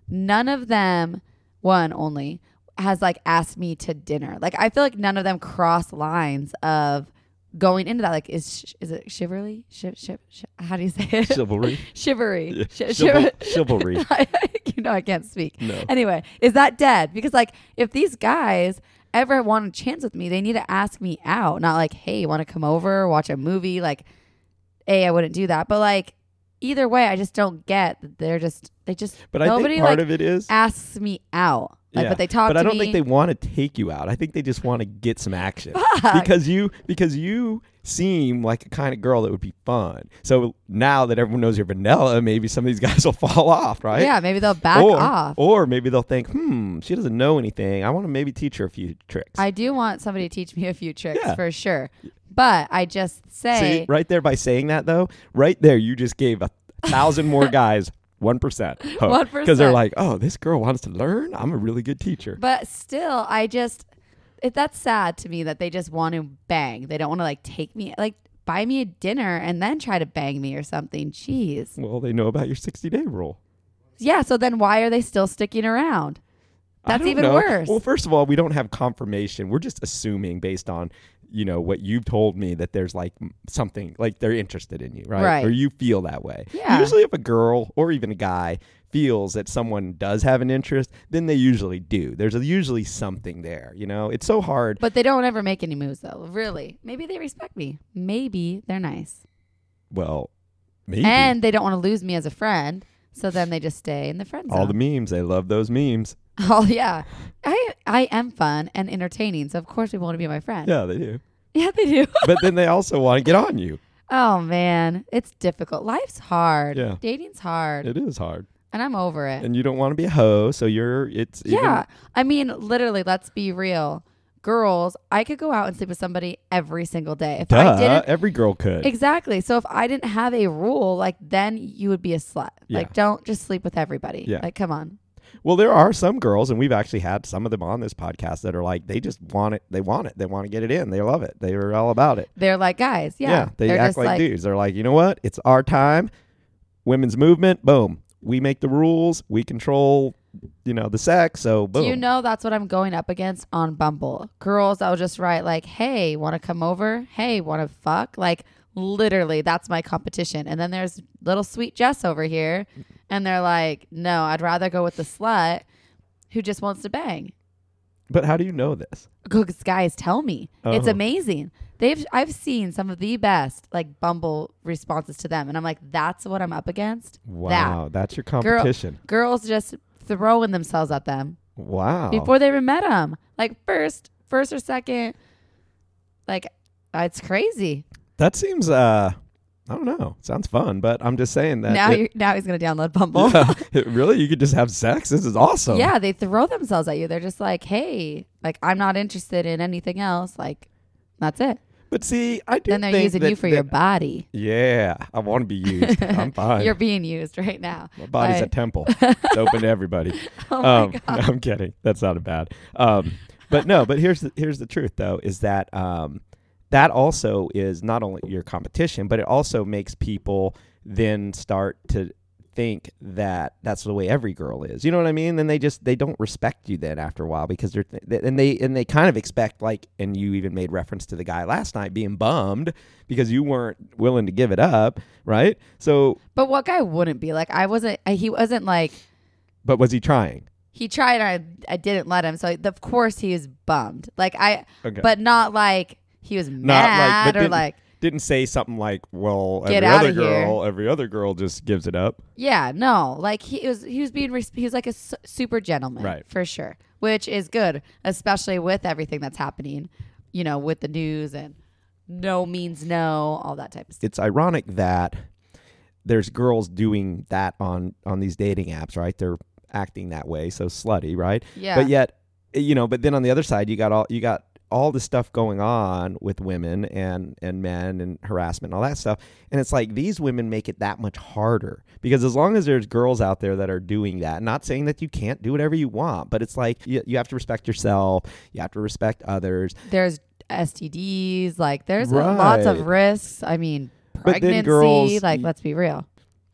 S1: None of them, one only, has like asked me to dinner. Like I feel like none of them cross lines of going into that. Like is sh- is it chivalry? Shiv, shiv, sh- how do you say it?
S2: Chivalry.
S1: Chivalry. Shi-
S2: Chival-
S1: shiv-
S2: chivalry.
S1: you know I can't speak.
S2: No.
S1: Anyway, is that dead? Because like if these guys ever want a chance with me, they need to ask me out, not like, hey, want to come over, watch a movie? Like, a, I wouldn't do that, but like either way, I just don't get that they're just they just
S2: But I
S1: nobody
S2: think part
S1: like
S2: of it is.
S1: asks me out. Like,
S2: Yeah.
S1: but they talk
S2: but
S1: to
S2: I don't
S1: me.
S2: think they want to take you out. I think they just want to get some action because you because you seem like a kind of girl that would be fun. So now that everyone knows you're vanilla, maybe some of these guys will fall off, right?
S1: yeah, maybe they'll back
S2: or,
S1: off.
S2: or maybe they'll think, hmm, she doesn't know anything. I want to maybe teach her a few tricks.
S1: I do want somebody to teach me a few tricks
S2: Yeah.
S1: for sure, but I just say
S2: See, right there by saying that though, right there, you just gave a thousand more guys one percent because they're
S1: 1%.
S2: like, oh, this girl wants to learn. I'm a really good teacher.
S1: But still, I just it, that's sad to me that they just want to bang. They don't want to like take me like buy me a dinner and then try to bang me or something. Jeez.
S2: Well, they know about your 60 day rule.
S1: Yeah, so then why are they still sticking around?
S2: I
S1: That's
S2: don't
S1: even
S2: know.
S1: worse.
S2: Well, first of all, we don't have confirmation. We're just assuming based on, you know, what you've told me that there's like m- something like they're interested in you, right?
S1: Right.
S2: Or you feel that way.
S1: Yeah.
S2: Usually, if a girl or even a guy feels that someone does have an interest, then they usually do. There's usually something there. You know, it's so hard.
S1: But they don't ever make any moves though, really. Maybe they respect me. Maybe they're nice.
S2: Well, maybe
S1: And they don't want to lose me as a friend. So then they just stay in the friend zone.
S2: all the memes. I love those memes.
S1: oh yeah. I I am fun and entertaining, so of course people want to be my friend.
S2: Yeah, they do.
S1: yeah they do.
S2: but then they also want to get on you.
S1: Oh man, it's difficult. Life's hard.
S2: Yeah.
S1: Dating's hard.
S2: It is hard,
S1: and I'm over it.
S2: and you don't want to be a hoe. So you're. It's even-
S1: yeah. I mean, literally, let's be real. Girls, I could go out and sleep with somebody every single day. If I
S2: Duh,
S1: didn't
S2: every girl could.
S1: Exactly. So if I didn't have a rule, like then you would be a slut.
S2: Yeah.
S1: Like don't just sleep with everybody.
S2: Yeah.
S1: Like come on.
S2: Well, there are some girls, and we've actually had some of them on this podcast that are like, they just want it. They want it. They want to get it in. They love it. They are all about it.
S1: They're like guys. Yeah.
S2: they
S1: are
S2: act like, dudes. They're like, you know what? It's our time. Women's movement. Boom. We make the rules. We control, you know, the sex. So boom.
S1: Do you know that's what I'm going up against on Bumble? Girls that'll just write like, "Hey, want to come over? Hey, want to fuck?" Like literally, that's my competition. And then there's little sweet Jess over here, and they're like, "No, I'd rather go with the slut who just wants to bang."
S2: but how do you know this?
S1: Cause guys tell me it's
S2: Oh.
S1: amazing. They've I've seen some of the best like Bumble responses to them, and I'm like, "That's what I'm up against."
S2: Wow, that's your competition.
S1: That girls just throwing themselves at them
S2: Wow.
S1: before they even met him. Like first, first or second. Like it's crazy.
S2: that seems. uh I don't know. Sounds fun, but I'm just saying that.
S1: now
S2: it,
S1: you're, now he's gonna download Bumble.
S2: yeah, it really, you could just have sex. This is awesome.
S1: yeah, they throw themselves at you. They're just like, hey, like I'm not interested in anything else. Like that's it.
S2: But see, I do
S1: Then they're
S2: think
S1: using
S2: that-
S1: you for
S2: that-
S1: your body.
S2: Yeah, I want to be used. I'm fine.
S1: You're being used right now.
S2: my body's a
S1: Like,
S2: temple. It's open to everybody.
S1: oh my
S2: um, no, I'm kidding. That's not bad. Um, but no, but here's the, here's the truth though is that um, that also is not only your competition, but it also makes people then start to think that that's the way every girl is. You know what I mean? Then they just they don't respect you then after a while because they're th- th- and they and they kind of expect like and you even made reference to the guy last night being bummed because you weren't willing to give it up, right? So,
S1: But what guy wouldn't be like? I wasn't. I- He wasn't like
S2: but was he trying?
S1: he tried. And I I didn't let him. So of course he was bummed. Like I,
S2: Okay.
S1: but not like he was
S2: Not like
S1: mad
S2: but
S1: or
S2: didn't-
S1: like
S2: didn't say something like, "Well,
S1: Get
S2: every
S1: outta
S2: other
S1: here.
S2: girl, every other girl just gives it up."
S1: Yeah, no, like he was he was being res- he was like a s- super gentleman,
S2: Right.
S1: For sure, which is good, especially with everything that's happening, you know, with the news and no means no, all that type of stuff.
S2: It's ironic that there's girls doing that on on these dating apps, right? They're acting that way, so slutty, right?
S1: Yeah.
S2: But yet, eh, you know, but then on the other side, you got all you got all this stuff going on with women and and men and harassment and all that stuff. And it's like these women make it that much harder because as long as there's girls out there that are doing that, not saying that you can't do whatever you want, but it's like you, you have to respect yourself, you have to respect others.
S1: there's STDs. Like there's a- lots
S2: Right.
S1: of risks. I mean,
S2: But
S1: pregnancy.
S2: then girls-
S1: like let's be real.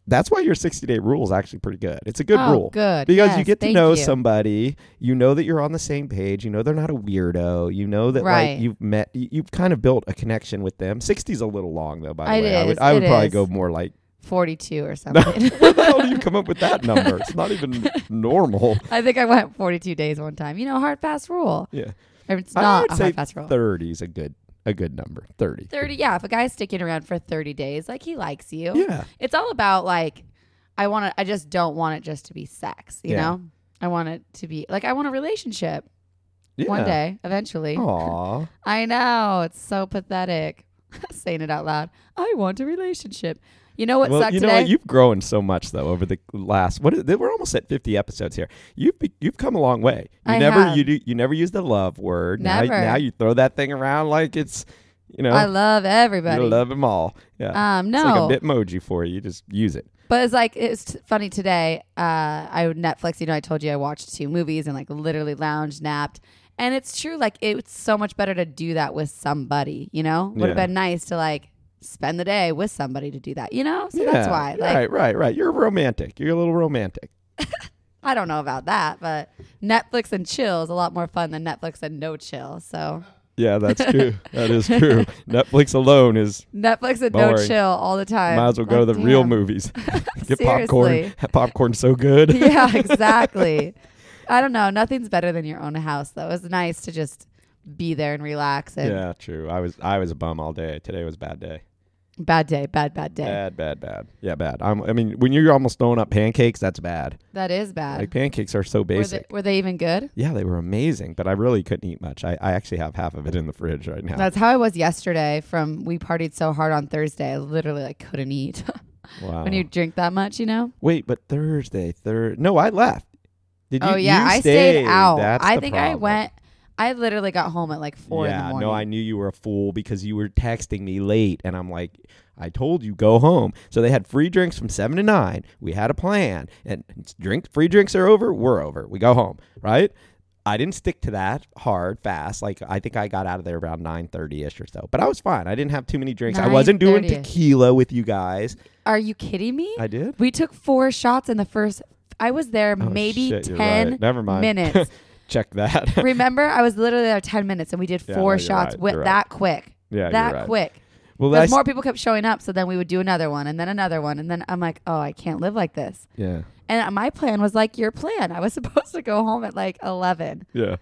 S2: That's why your 60 day rule is actually pretty good. It's a good
S1: oh,
S2: rule.
S1: Good.
S2: Because you
S1: Yes,
S2: get to
S1: thank
S2: know
S1: you.
S2: somebody, you know that you're on the same page, you know they're not a weirdo, you know that
S1: Right.
S2: like you've met, you- you've kind of built a connection with them. 60's a little long though, by the
S1: It
S2: way. I would,
S1: is,
S2: I would
S1: it
S2: probably
S1: is.
S2: go more like,
S1: Forty-two or something.
S2: where the hell do you come up with that number? It's not even normal.
S1: I think I went forty-two days one time. You know, hard fast rule.
S2: Yeah,
S1: Or It's
S2: I
S1: not
S2: would
S1: a
S2: say
S1: hard fast rule.
S2: 30's a good, a good number. 30.
S1: 30 yeah if a guy's sticking around for 30 days like he likes you
S2: Yeah,
S1: it's all about like i want to i just don't want it just to be sex you
S2: Yeah.
S1: know i want it to be like i want a relationship
S2: yeah. Oh.
S1: one day eventually
S2: Aw,
S1: i know it's so pathetic saying it out loud i want a relationship you know what
S2: well,
S1: sucked
S2: you know
S1: today
S2: what? You've grown so much though over the last. What is, we're almost at fifty episodes here. You've be, you've come a long way. You
S1: I
S2: never
S1: have.
S2: you do, you never use the love word. Now,
S1: Never.
S2: now you throw that thing around like it's you know
S1: i love everybody
S2: you love them all. Yeah,
S1: um
S2: it's
S1: no
S2: like a bitmoji for you. You Just use it.
S1: But it's like it's t- funny today. Uh, I would Netflix. You know, I told you I watched two movies and like literally lounge napped. And it's true. Like it's so much better to do that with somebody. You know, would have
S2: Yeah.
S1: been nice to like spend the day with somebody to do that. You know, so
S2: yeah,
S1: that's why. Like
S2: right, right, right. You're romantic. You're a little romantic.
S1: I don't know about that, but Netflix and chill is a lot more fun than Netflix and no chill. So
S2: Yeah, that's true. that is true. Netflix alone is
S1: Netflix and no
S2: Boring.
S1: chill all the time.
S2: might as well go to
S1: Like,
S2: the real
S1: damn.
S2: movies. Get popcorn.
S1: Seriously.
S2: Popcorn's so good.
S1: yeah, exactly. I don't know. Nothing's better than your own house, though. It's nice to just be there and relax. And
S2: yeah, true. I was I was a bum all day. Today was a bad day.
S1: bad day, bad, bad day.
S2: Bad, bad, bad. Yeah, bad. I'm, I mean, when you're almost throwing up pancakes, that's bad.
S1: That is bad.
S2: Like pancakes are so
S1: were, they,
S2: basic.
S1: were they even good?
S2: yeah, they were amazing, but I really couldn't eat much. I, I actually have half of it in the fridge right now.
S1: That's how I was yesterday. From we partied so hard on Thursday, I literally like couldn't eat.
S2: wow.
S1: when you drink that much, you know.
S2: Wait, but Thursday, Thursday. No, I left. Did you?
S1: oh yeah,
S2: you
S1: I stayed
S2: stayed.
S1: out.
S2: That's
S1: I
S2: the
S1: think I
S2: problem.
S1: went. I literally got home at like four in
S2: Yeah,
S1: the morning.
S2: no, I knew you were a fool because you were texting me late, and I'm like, I told you go home. So they had free drinks from seven to nine. We had a plan, and drink free drinks are over. We're over. We go home, right? I didn't stick to that hard, fast. Like I think I got out of there around nine thirty ish or so, but I was fine. I didn't have too many drinks. I wasn't doing
S1: 9:30-ish.
S2: tequila with you guys.
S1: Are you kidding me?
S2: I did.
S1: we took four shots in the first. I was there
S2: Oh,
S1: maybe
S2: shit, you're
S1: ten
S2: right. Never mind.
S1: minutes.
S2: Check that.
S1: Remember, I was literally there ten minutes, and we did
S2: Yeah,
S1: four
S2: no, you're
S1: shots
S2: right,
S1: with
S2: you're right.
S1: that quick.
S2: yeah,
S1: that
S2: you're right.
S1: quick.
S2: Well, I
S1: Because
S2: s-
S1: more people kept showing up, so then we would do another one, and then another one, and then I'm like, oh, I can't live like this.
S2: yeah.
S1: And my plan was like your plan. I was supposed to go home at like eleven.
S2: Yeah.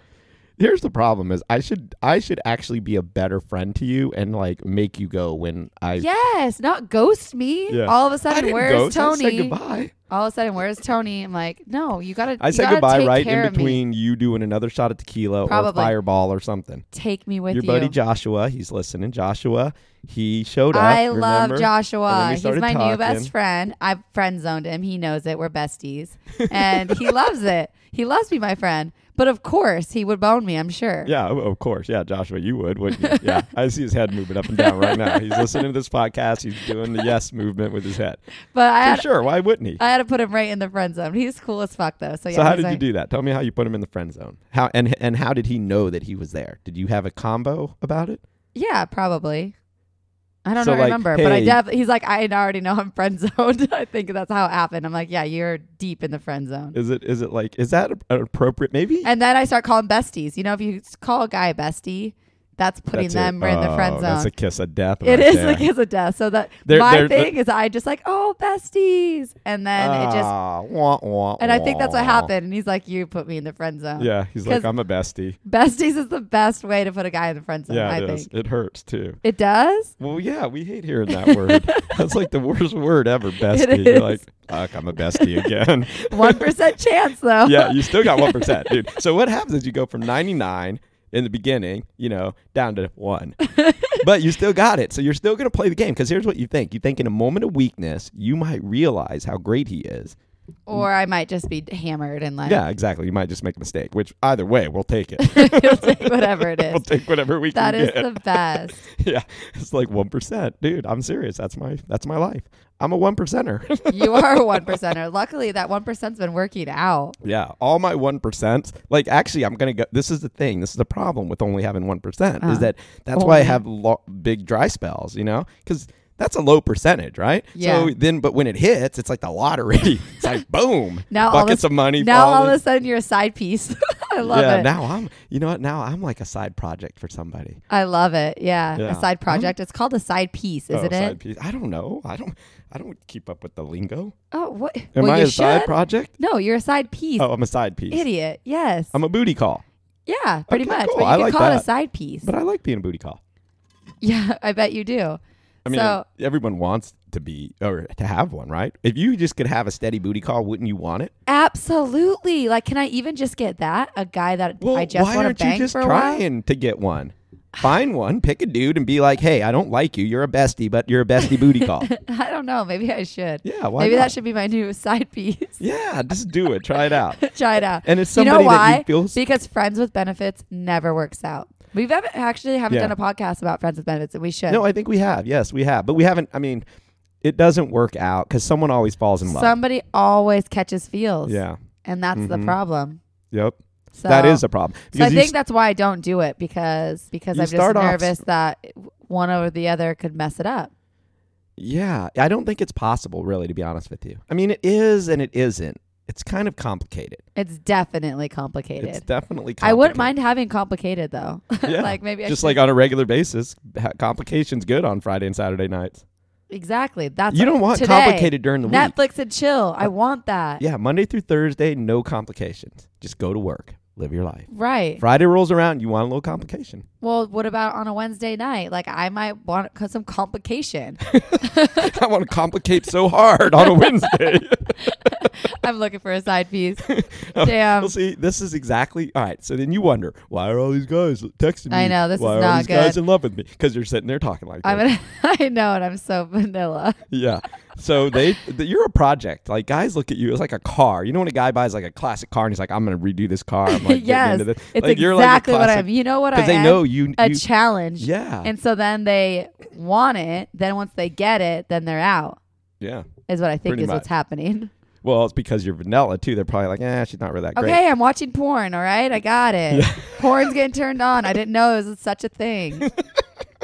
S2: Here's the problem is I should I should actually be a better friend to you and like make you go when I
S1: Yes, not ghost me.
S2: Yeah.
S1: All of a
S2: I
S1: sudden,
S2: didn't
S1: where's
S2: ghost, I
S1: Tony?
S2: said goodbye.
S1: All of a sudden, where's Tony? I'm like, no, you gotta.
S2: I
S1: you
S2: said
S1: gotta
S2: goodbye
S1: take
S2: right
S1: care
S2: in
S1: of me.
S2: between you doing another shot of tequila or
S1: Probably.
S2: fireball or something.
S1: Take me with
S2: Your
S1: you.
S2: buddy Joshua, he's listening. Joshua, he showed up.
S1: I love
S2: remember? And then
S1: Joshua.
S2: we
S1: He's
S2: started
S1: my new
S2: talking.
S1: best friend. I've friend zoned him. He knows it. We're besties. And he loves it. He loves to be my friend. But of course, he would bone me, I'm sure.
S2: Yeah, oh, of of course. Yeah, Joshua, you would, wouldn't you? Yeah. I see his head moving up and down right now. He's listening to this podcast. He's doing the yes movement with his head.
S1: But I
S2: For
S1: had,
S2: sure. Why wouldn't he?
S1: I had to put him right in the friend zone. He's cool as fuck, though. So, Oh, yeah,
S2: So how
S1: he's
S2: did
S1: my-
S2: you do that? Tell me how you put him in the friend zone. How and and how did he know that he was there? Did you have a combo about it?
S1: Yeah, probably. I don't
S2: So,
S1: know,
S2: like,
S1: remember, but I
S2: hey-
S1: definitely, he's like, I already know I'm friend zoned. I think that's how it happened. I'm like, yeah, you're deep in the friend zone.
S2: Is it is it like is that a- appropriate? Maybe
S1: And then I start calling besties. You know, if you call a guy a bestie, that's putting
S2: That's it.
S1: them right in the friend
S2: Oh,
S1: zone.
S2: That's a kiss of death.
S1: It
S2: right
S1: is
S2: there.
S1: the kiss of death. So that
S2: They're-
S1: my
S2: they're-
S1: thing is, I just like, oh, besties, and then it just,
S2: Ah, wah, wah,
S1: and I think that's what
S2: wah.
S1: happened. And he's like, you put me in the friend zone.
S2: Yeah, he's like
S1: 'Cause-
S2: I'm a bestie.
S1: Besties is the best way to put a guy in the friend zone.
S2: Yeah,
S1: I
S2: it
S1: think
S2: is. It hurts too.
S1: it does.
S2: Well, yeah, we hate hearing that word. That's like the worst word ever, bestie. You're
S1: is.
S2: like, fuck, I'm a bestie again.
S1: One percent chance though.
S2: yeah, you still got one percent, dude. So what happens is you go from ninety nine in the beginning, you know, down to one. but you still got it. So you're still going to play the game because here's what you think. You think in a moment of weakness, you might realize how great he is.
S1: Or I might just be hammered and like,
S2: Yeah, exactly. You might just make a mistake, which either way, we'll take it.
S1: whatever it
S2: we'll
S1: is.
S2: take whatever we
S1: That
S2: can
S1: is
S2: get.
S1: the best.
S2: yeah. It's like 1%. Dude, I'm serious. That's my that's my life. I'm a 1%er.
S1: You are a one percenter. Luckily, that one percent's been working out.
S2: yeah. All my 1%, like actually I'm going to go this is the thing. This is the problem with only having one
S1: Uh,
S2: is that that's why I
S1: only.
S2: have lo- big dry spells, you know? Cuz that's a low percentage, right?
S1: Yeah.
S2: So then but when it hits, it's like the lottery. it's like boom.
S1: Now all
S2: buckets
S1: this-
S2: of money
S1: Now all
S2: falling.
S1: of a sudden, you're a side piece. I love
S2: yeah,
S1: it.
S2: now I'm you know what? Now I'm like a side project for somebody.
S1: I love it. Yeah.
S2: Yeah.
S1: a side project. It's called a side piece, isn't
S2: oh,
S1: it?
S2: Side piece. I don't know. I don't. I don't keep up with the lingo.
S1: Oh, what?
S2: Am
S1: well,
S2: I
S1: you
S2: a side
S1: should.
S2: project?
S1: no, you're a side piece.
S2: Oh, I'm a side piece.
S1: Idiot. Yes.
S2: I'm a booty call,
S1: yeah, pretty
S2: Okay,
S1: much.
S2: cool.
S1: But you
S2: I
S1: could
S2: like
S1: call it
S2: that.
S1: a side piece.
S2: but I like being a booty call.
S1: yeah, I bet you do.
S2: I mean,
S1: so
S2: everyone wants to be or to have one, right? If you just could have a steady booty call, wouldn't you want it?
S1: absolutely, like, can I even just get that? A guy that
S2: Well,
S1: I just
S2: why
S1: want to
S2: aren't
S1: bang
S2: you just
S1: for a while.
S2: trying to get one? Find one, pick a dude, and be like, "Hey, I don't like you. You're a bestie, but you're a bestie booty call."
S1: I don't know. Maybe I should.
S2: Yeah, why
S1: Maybe
S2: not?
S1: that should be my new side piece.
S2: yeah, just do it. Try it out.
S1: Try it out.
S2: And it's
S1: you know
S2: somebody that you
S1: why?
S2: feel s-
S1: because friends with benefits never works out. We've haven't, actually haven't
S2: Yeah.
S1: done a podcast about friends with benefits, and we should.
S2: No, I think we have. Yes, we have, but we haven't. I mean, it doesn't work out because someone always falls in love.
S1: Somebody always catches feels.
S2: yeah.
S1: and that's the
S2: Mhm.
S1: problem.
S2: Yep.
S1: So
S2: that is a problem.
S1: So I
S2: Because you
S1: think that's why I don't do it because because
S2: You
S1: I'm just
S2: start off s-
S1: nervous that one over the other could mess it up.
S2: Yeah, I don't think it's possible, really, to be honest with you. I mean, it is and it isn't. It's kind of complicated.
S1: It's definitely complicated.
S2: It's definitely complicated.
S1: I wouldn't mind having complicated though.
S2: Yeah,
S1: like maybe I
S2: Just
S1: should-
S2: like on a regular basis, ha- complications good on Friday and Saturday nights.
S1: exactly that's
S2: You don't want
S1: today,
S2: complicated during the week.
S1: Netflix and chill. I want that.
S2: yeah, Monday through Thursday, no complications. Just go to work, live your life.
S1: Right.
S2: Friday rolls around, you want a little complication.
S1: Well, what about on a Wednesday night? Like I might want cause some complication.
S2: I want to complicate so hard on a Wednesday.
S1: I'm looking for a side piece. Damn. Um,
S2: Well, see, this is exactly all right. So then you wonder why are all these guys texting me?
S1: I know, this is
S2: why are all
S1: not
S2: these guys
S1: good.
S2: in love with me? Because you're sitting there talking like
S1: I'm
S2: that.
S1: gonna, I know, and I'm so vanilla.
S2: yeah. So they, th- you're a project. Like guys look at you. It's like a car. You know when a guy buys like a classic car and he's like, I'm gonna redo this car. I'm like,
S1: yes,
S2: getting into this.
S1: it's
S2: like
S1: exactly
S2: you're like a
S1: what
S2: classic-
S1: I'm. You know what I?
S2: Because they
S1: am?
S2: know you.
S1: a
S2: you
S1: challenge.
S2: yeah.
S1: And so then they want it. Then once they get it, then they're out.
S2: yeah.
S1: Is what I think
S2: Pretty
S1: is what's
S2: much.
S1: happening.
S2: Well, it's because you're vanilla too. They're probably like, eh, she's not really that great.
S1: Okay, I'm watching porn. All right, I got it. Porn's getting turned on. I didn't know it was such a thing.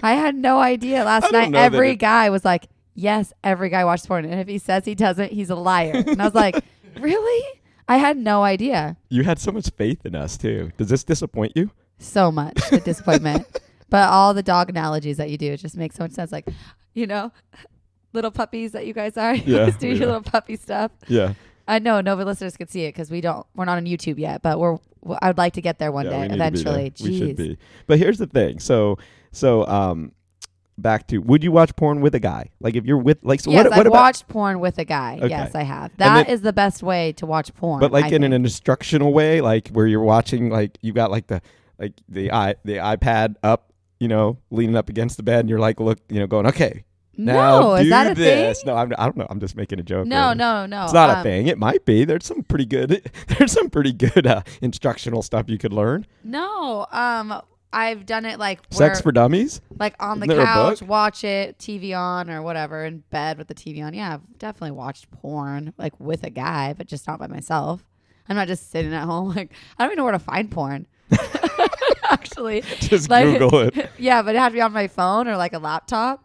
S1: I had no idea.
S2: I
S1: Last
S2: don't
S1: night,
S2: know that
S1: every
S2: it-
S1: guy was like, "Yes, every guy watches porn," and if he says he doesn't, he's a liar. And I was like, "Really?" I had no idea.
S2: You had so much faith in us too. Does this disappoint you?
S1: so much the disappointment. but all the dog analogies that you do it just makes so much sense. Like, you know, little puppies that you guys are. You
S2: Yeah,
S1: always do
S2: we
S1: your
S2: are.
S1: little puppy stuff.
S2: Yeah.
S1: I know no but listeners can see it because we don't. We're not on YouTube yet, but we're. w- I would like to get there one
S2: Yeah, we
S1: day
S2: need to be there.
S1: eventually.
S2: We should
S1: Jeez.
S2: be. But here's the thing. So so um back to would you watch porn with a guy? Like if you're with like so
S1: yes,
S2: what
S1: I've
S2: what about
S1: watched porn with a guy.
S2: Okay.
S1: Yes, I have.
S2: then-
S1: That is the best way to watch porn.
S2: but like
S1: I
S2: in an
S1: think.
S2: instructional way, like where you're watching like you got like the like the i the iPad up, you know, leaning up against the bed and you're like look, you know, going, "Okay, now
S1: no,
S2: do
S1: is that a
S2: this."
S1: thing?
S2: No, I'm, I don't know. I'm just making a joke.
S1: No,
S2: right?
S1: no, no.
S2: It's not a
S1: Um,
S2: thing. It might be. There's some pretty good there's some pretty good uh, instructional stuff you could learn.
S1: No, um, I've done it like
S2: Sex
S1: where-
S2: for Dummies?
S1: like on the
S2: Isn't there a
S1: couch,
S2: book?
S1: watch it, TV on or whatever, in bed with the TV on. Yeah, I've definitely watched porn like with a guy, but just not by myself. I'm not just sitting at home like I don't even know where to find porn. Actually,
S2: Just
S1: Like-
S2: Google it.
S1: yeah, but it had to be on my phone or like a laptop.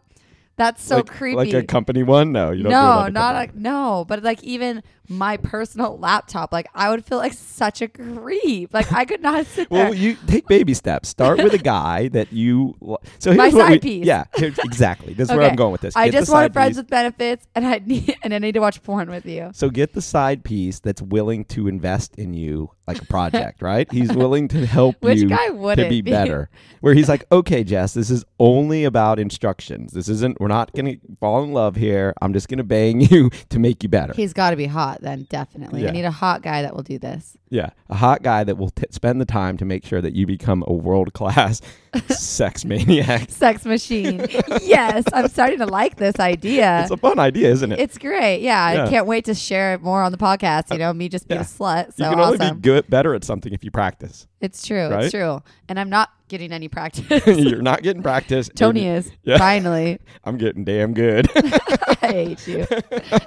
S1: That's so
S2: like,
S1: creepy.
S2: Like a company one? No, you don't. do it
S1: no,
S2: on the
S1: not
S2: company.
S1: a, no, but like even my personal laptop, like I would feel like such a creep. Like I could not sit there.
S2: Well, you take baby steps. Start with a guy that you. li- So here's
S1: My
S2: what
S1: side
S2: we,
S1: piece.
S2: Yeah, here's, exactly. This is where
S1: Okay.
S2: I'm going with this.
S1: I
S2: Get the
S1: just wanted
S2: side
S1: friends
S2: piece.
S1: with benefits, and I need and I need to watch porn with you.
S2: So get the side piece that's willing to invest in you like a project, right? He's willing to help
S1: Which
S2: you
S1: guy
S2: to
S1: wouldn't
S2: be
S1: be?
S2: better. Where he's like, okay, Jess, this is only about instructions. This isn't. We're not gonna fall in love here. I'm just gonna bang you to make you better.
S1: He's got to be hot then, definitely.
S2: Yeah.
S1: I need a hot guy that will do this.
S2: Yeah, a hot guy that will t- spend the time to make sure that you become a world class sex maniac.
S1: Sex machine. yes, I'm starting to like this idea.
S2: It's a fun idea, isn't it?
S1: It's great. Yeah,
S2: Yeah. Uh,
S1: I can't wait to share it more on the podcast. You know, me just being
S2: Yeah.
S1: a slut. So
S2: you can
S1: awesome.
S2: only be good better at something if you practice.
S1: it's true.
S2: right?
S1: It's true. And I'm not getting any practice.
S2: You're not getting practice. and
S1: Tony is
S2: Yeah.
S1: finally.
S2: I'm getting damn good.
S1: I hate you.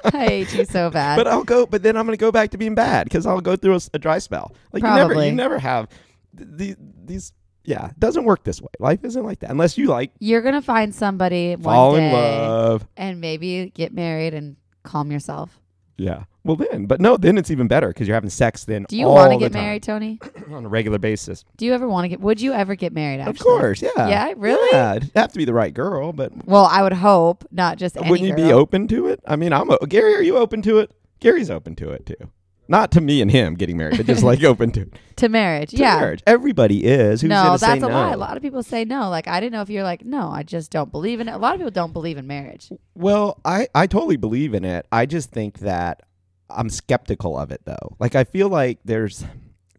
S1: I hate you so bad.
S2: but uh, I'll go. But then I'm going to go back to being bad because I'll go through a, s- a dry spell. Like you never,
S1: Probably.
S2: you never have th- these. these yeah, it doesn't work this way. Life isn't like that unless you like
S1: You're gonna find somebody
S2: fall
S1: one day
S2: in love.
S1: and maybe get married and calm yourself.
S2: Yeah. Well, then, but no, then it's even better because you're having sex then.
S1: Do you
S2: want to
S1: get married, Tony?
S2: on a regular basis?
S1: Do you ever want to get? Would you ever get married? Actually?
S2: Of course, yeah.
S1: Yeah, really?
S2: Yeah, it'd have to be the right girl, but
S1: Well, I would hope not just any
S2: wouldn't you be
S1: girl.
S2: open to it? I mean, I'm o- Gary. Are you open to it? Gary's open to it too. Not to me and him getting married, but just like open to, to
S1: to marriage? yeah.
S2: marriage. Everybody is. Who's
S1: no,
S2: gonna say
S1: that's a
S2: no?
S1: lie. A lot of people say no. Like I didn't know if you're like no, I just don't believe in it. A lot of people don't believe in marriage.
S2: Well, I, I totally believe in it. I just think that I'm skeptical of it though. Like I feel like there's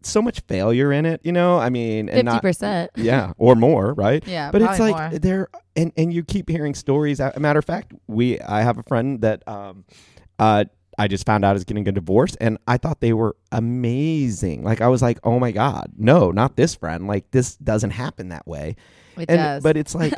S2: so much failure in it, you know? I mean, and
S1: Fifty
S2: not
S1: percent.
S2: yeah, or more, right?
S1: Yeah,
S2: but it's
S1: Uh, probably
S2: like
S1: more.
S2: there, and and you keep hearing stories. A matter of fact, we I have a friend that um, uh, I just found out is getting a divorce, and I thought they were amazing. Like I was like, oh my god, no, not this friend. Like this doesn't happen that way.
S1: It
S2: and
S1: does.
S2: but it's like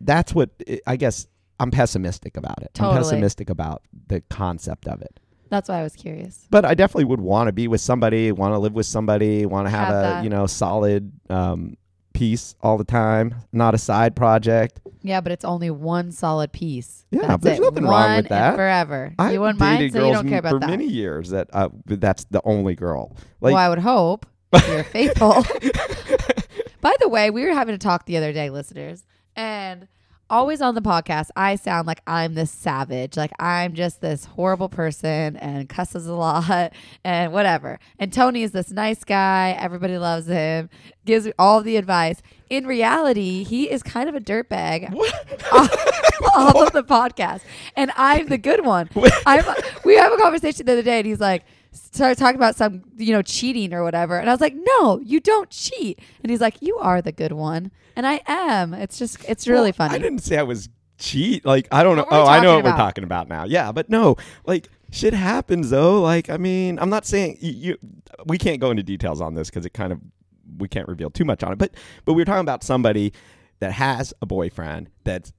S2: that's what it, I guess I'm pessimistic about it. I'm
S1: Totally.
S2: pessimistic about the concept of it.
S1: that's why I was curious.
S2: But I definitely would want to be with somebody, want to live with somebody, want to have,
S1: Have
S2: a
S1: that.
S2: you know solid um, piece all the time, not a side project.
S1: Yeah, but it's only one solid piece.
S2: Yeah,
S1: That's
S2: there's
S1: it.
S2: nothing
S1: one
S2: wrong with
S1: and
S2: that.
S1: forever.
S2: I
S1: you wouldn't mind,
S2: dated
S1: so you
S2: girls
S1: don't care
S2: for
S1: about that.
S2: many years that uh, that's the only girl. Like
S1: well, I would hope if you're faithful. By the way, we were having a talk the other day, listeners, and always on the podcast, I sound like I'm this savage, like I'm just this horrible person and cusses a lot and whatever. And Tony is this nice guy, everybody loves him, gives all the advice. In reality, he is kind of a dirtbag off of the podcast, and I'm the good one. I'm, we have a conversation the other day, and he's like, started talking about some, you know, cheating or whatever, and I was like, no, you don't cheat, and he's like, you are the good one, and I am. It's just, it's really
S2: Well, I
S1: funny.
S2: didn't say I was cheat. Like I don't know.
S1: What were we
S2: Oh, I know
S1: talking
S2: what we're
S1: about?
S2: talking about now. Yeah, but no, like shit happens though. Like I mean, I'm not saying you. you we can't go into details on this because it kind of we can't reveal too much on it. But but we were talking about somebody that has a boyfriend that's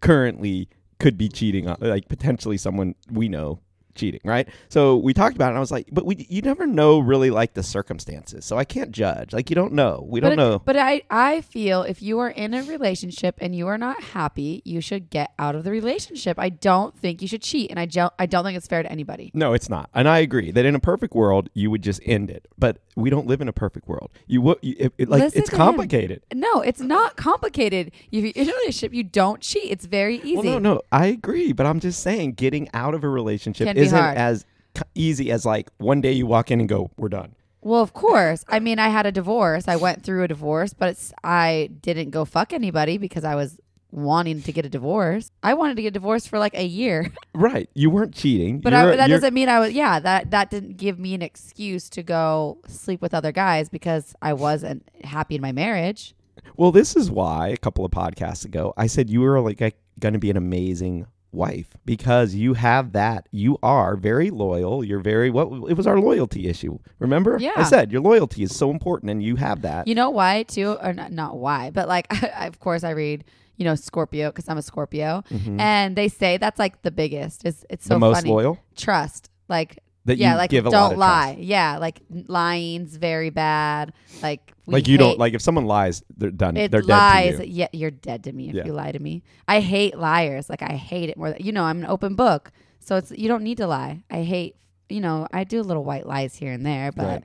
S2: currently could be cheating on like potentially someone we know cheating right so we talked about it and i was like but we you never know really like the circumstances so i can't judge like you don't know we don't
S1: but,
S2: know
S1: But I, I feel if you are in a relationship and you are not happy, you should get out of the relationship. I don't think you should cheat, and I don't, I don't think it's fair to anybody.
S2: No, it's not. And I agree that in a perfect world, you would just end it. But we don't live in a perfect world. You would you- it, it- like
S1: Listen
S2: it's
S1: to him.
S2: complicated.
S1: No, it's not complicated. If you're in a relationship, you don't cheat. It's very easy.
S2: Well, no, no, I agree. But I'm just saying, getting out of a relationship
S1: Can be
S2: isn't
S1: hard.
S2: as co- easy as like one day you walk in and go, "We're done."
S1: Well, of course. I mean, I had a divorce. I went through a divorce, but it's, I didn't go fuck anybody because I was wanting to get a divorce. I wanted to get divorced for like a year,
S2: Right? You weren't cheating.
S1: but I,
S2: You're-
S1: that
S2: you're-
S1: doesn't mean I was. Yeah, that that didn't give me an excuse to go sleep with other guys because I wasn't happy in my marriage.
S2: Well, this is why a couple of podcasts ago I said you were like going to be an amazing wife because you have that. You are very loyal. You're very what? It was our loyalty issue. Remember? I
S1: Yeah.
S2: said your loyalty is so important, and you have that.
S1: You know why too, or not, not why, but like I, of course I read. You know Scorpio because I'm a Scorpio, and they say that's like the biggest. It's it's so
S2: Mm-hmm. the most
S1: funny.
S2: loyal.
S1: trust like
S2: That
S1: yeah
S2: you
S1: like
S2: give a
S1: don't
S2: lot of
S1: lie yeah like n- lying's very bad like we
S2: like you don't
S1: hate-
S2: like if someone lies, they're done.
S1: it
S2: they're
S1: lies
S2: dead to you.
S1: yeah you're dead to me if
S2: Yeah.
S1: you lie to me i hate liars like i hate it more than, you know i'm an open book so it's you don't need to lie i hate you know i do little white lies here and there but
S2: Right.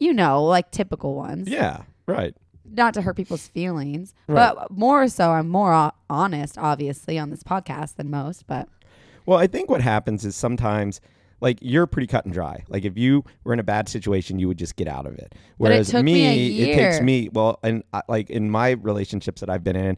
S1: you know like typical ones
S2: Yeah, right.
S1: not to hurt people's feelings
S2: Right.
S1: but more so i'm more o- honest obviously on this podcast than most but
S2: Well, I think what happens is sometimes like you're pretty cut and dry. Like if you were in a bad situation, you would just get out of it.
S1: But it
S2: Whereas
S1: took
S2: me,
S1: me a
S2: it takes
S1: year.
S2: me well, and I, like in my relationships that I've been in,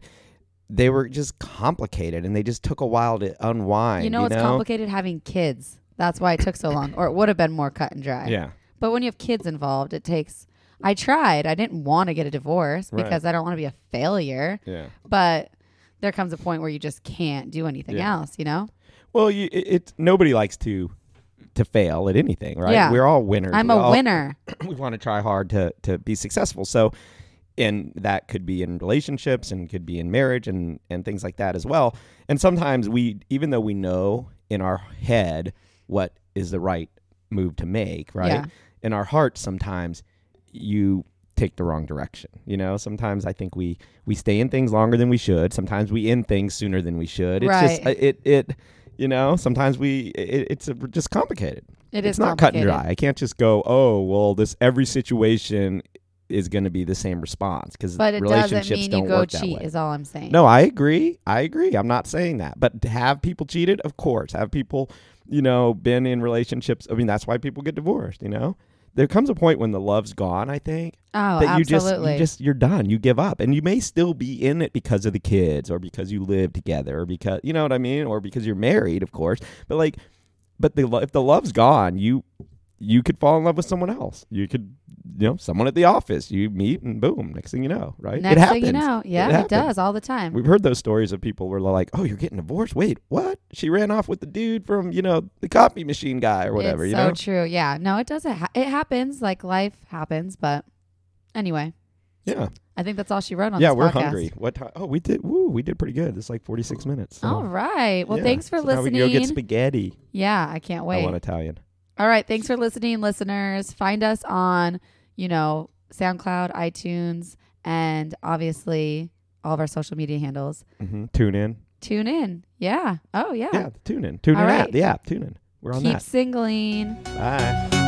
S2: they were just complicated, and they just took a while to unwind.
S1: You know, it's complicated having kids. That's why it took so long, or it would have been more cut and dry.
S2: Yeah,
S1: But when you have kids involved, it takes. I tried. I didn't want to get a divorce
S2: Right.
S1: because I don't want to be a failure.
S2: yeah.
S1: But there comes a point where you just can't do anything
S2: Yeah.
S1: else, you know?
S2: Well, you, it, it nobody likes to to fail at anything, right?
S1: Yeah.
S2: We're all winners.
S1: I'm
S2: We
S1: a
S2: all-
S1: winner.
S2: we want to try hard to to be successful. So, and that could be in relationships and could be in marriage and and things like that as well. And sometimes we, even though we know in our head what is the right move to make, right?
S1: Yeah.
S2: In our heart, sometimes you take the wrong direction. You know, sometimes I think we we stay in things longer than we should. Sometimes we end things sooner than we should. It's just uh,
S1: Right.
S2: it it. You know, sometimes we it, it's a, just complicated
S1: It
S2: it's
S1: is
S2: not cut and
S1: complicated.
S2: dry. I can't just go, oh, well, this every situation is going to be the same response because
S1: But it
S2: relationships
S1: doesn't mean
S2: don't
S1: you go
S2: work that
S1: cheat,
S2: way.
S1: is all I'm saying.
S2: No, I agree. I agree. I'm not saying that, but to have people cheated, of course. Have people, you know, been in relationships? I mean, that's why people get divorced. You know, there comes a point when the love's gone. I think
S1: Oh,
S2: that you just
S1: absolutely.
S2: you just you're done. You give up, and you may still be in it because of the kids, or because you live together, or because you know what I mean, or because you're married, of course. But like, but the lo- if the love's gone, you you could fall in love with someone else. You could, you know, someone at the office. You meet, and boom, next thing you know, right?
S1: Next
S2: it happens.
S1: thing you know, yeah, it,
S2: happens.
S1: does all the time.
S2: We've heard those stories of people where they're like, "Oh, you're getting divorced? Wait, what? She ran off with the dude from you know the coffee machine guy or whatever."
S1: It's
S2: you
S1: so
S2: know,
S1: true. Yeah. No, it doesn't. Ha- it happens. Like life happens. But anyway,
S2: yeah,
S1: I think that's all she wrote on.
S2: yeah.
S1: this
S2: We're
S1: podcast.
S2: hungry. What? Time? Oh, we did. Woo, we did pretty good. It's like 46 minutes. so-
S1: All right. Well,
S2: Yeah,
S1: thanks for
S2: so now
S1: listening.
S2: we can go get spaghetti.
S1: yeah, I can't
S2: I
S1: wait.
S2: want Italian.
S1: All right. Thanks for listening, listeners. Find us on, you know, SoundCloud, iTunes, and obviously all of our social media handles.
S2: hmm Tune in.
S1: Tune in. Yeah. Oh, yeah.
S2: Yeah, tune in. Tune
S1: All
S2: in
S1: right.
S2: app. The app. Tune in. We're on
S1: Keep singling.
S2: that. Bye.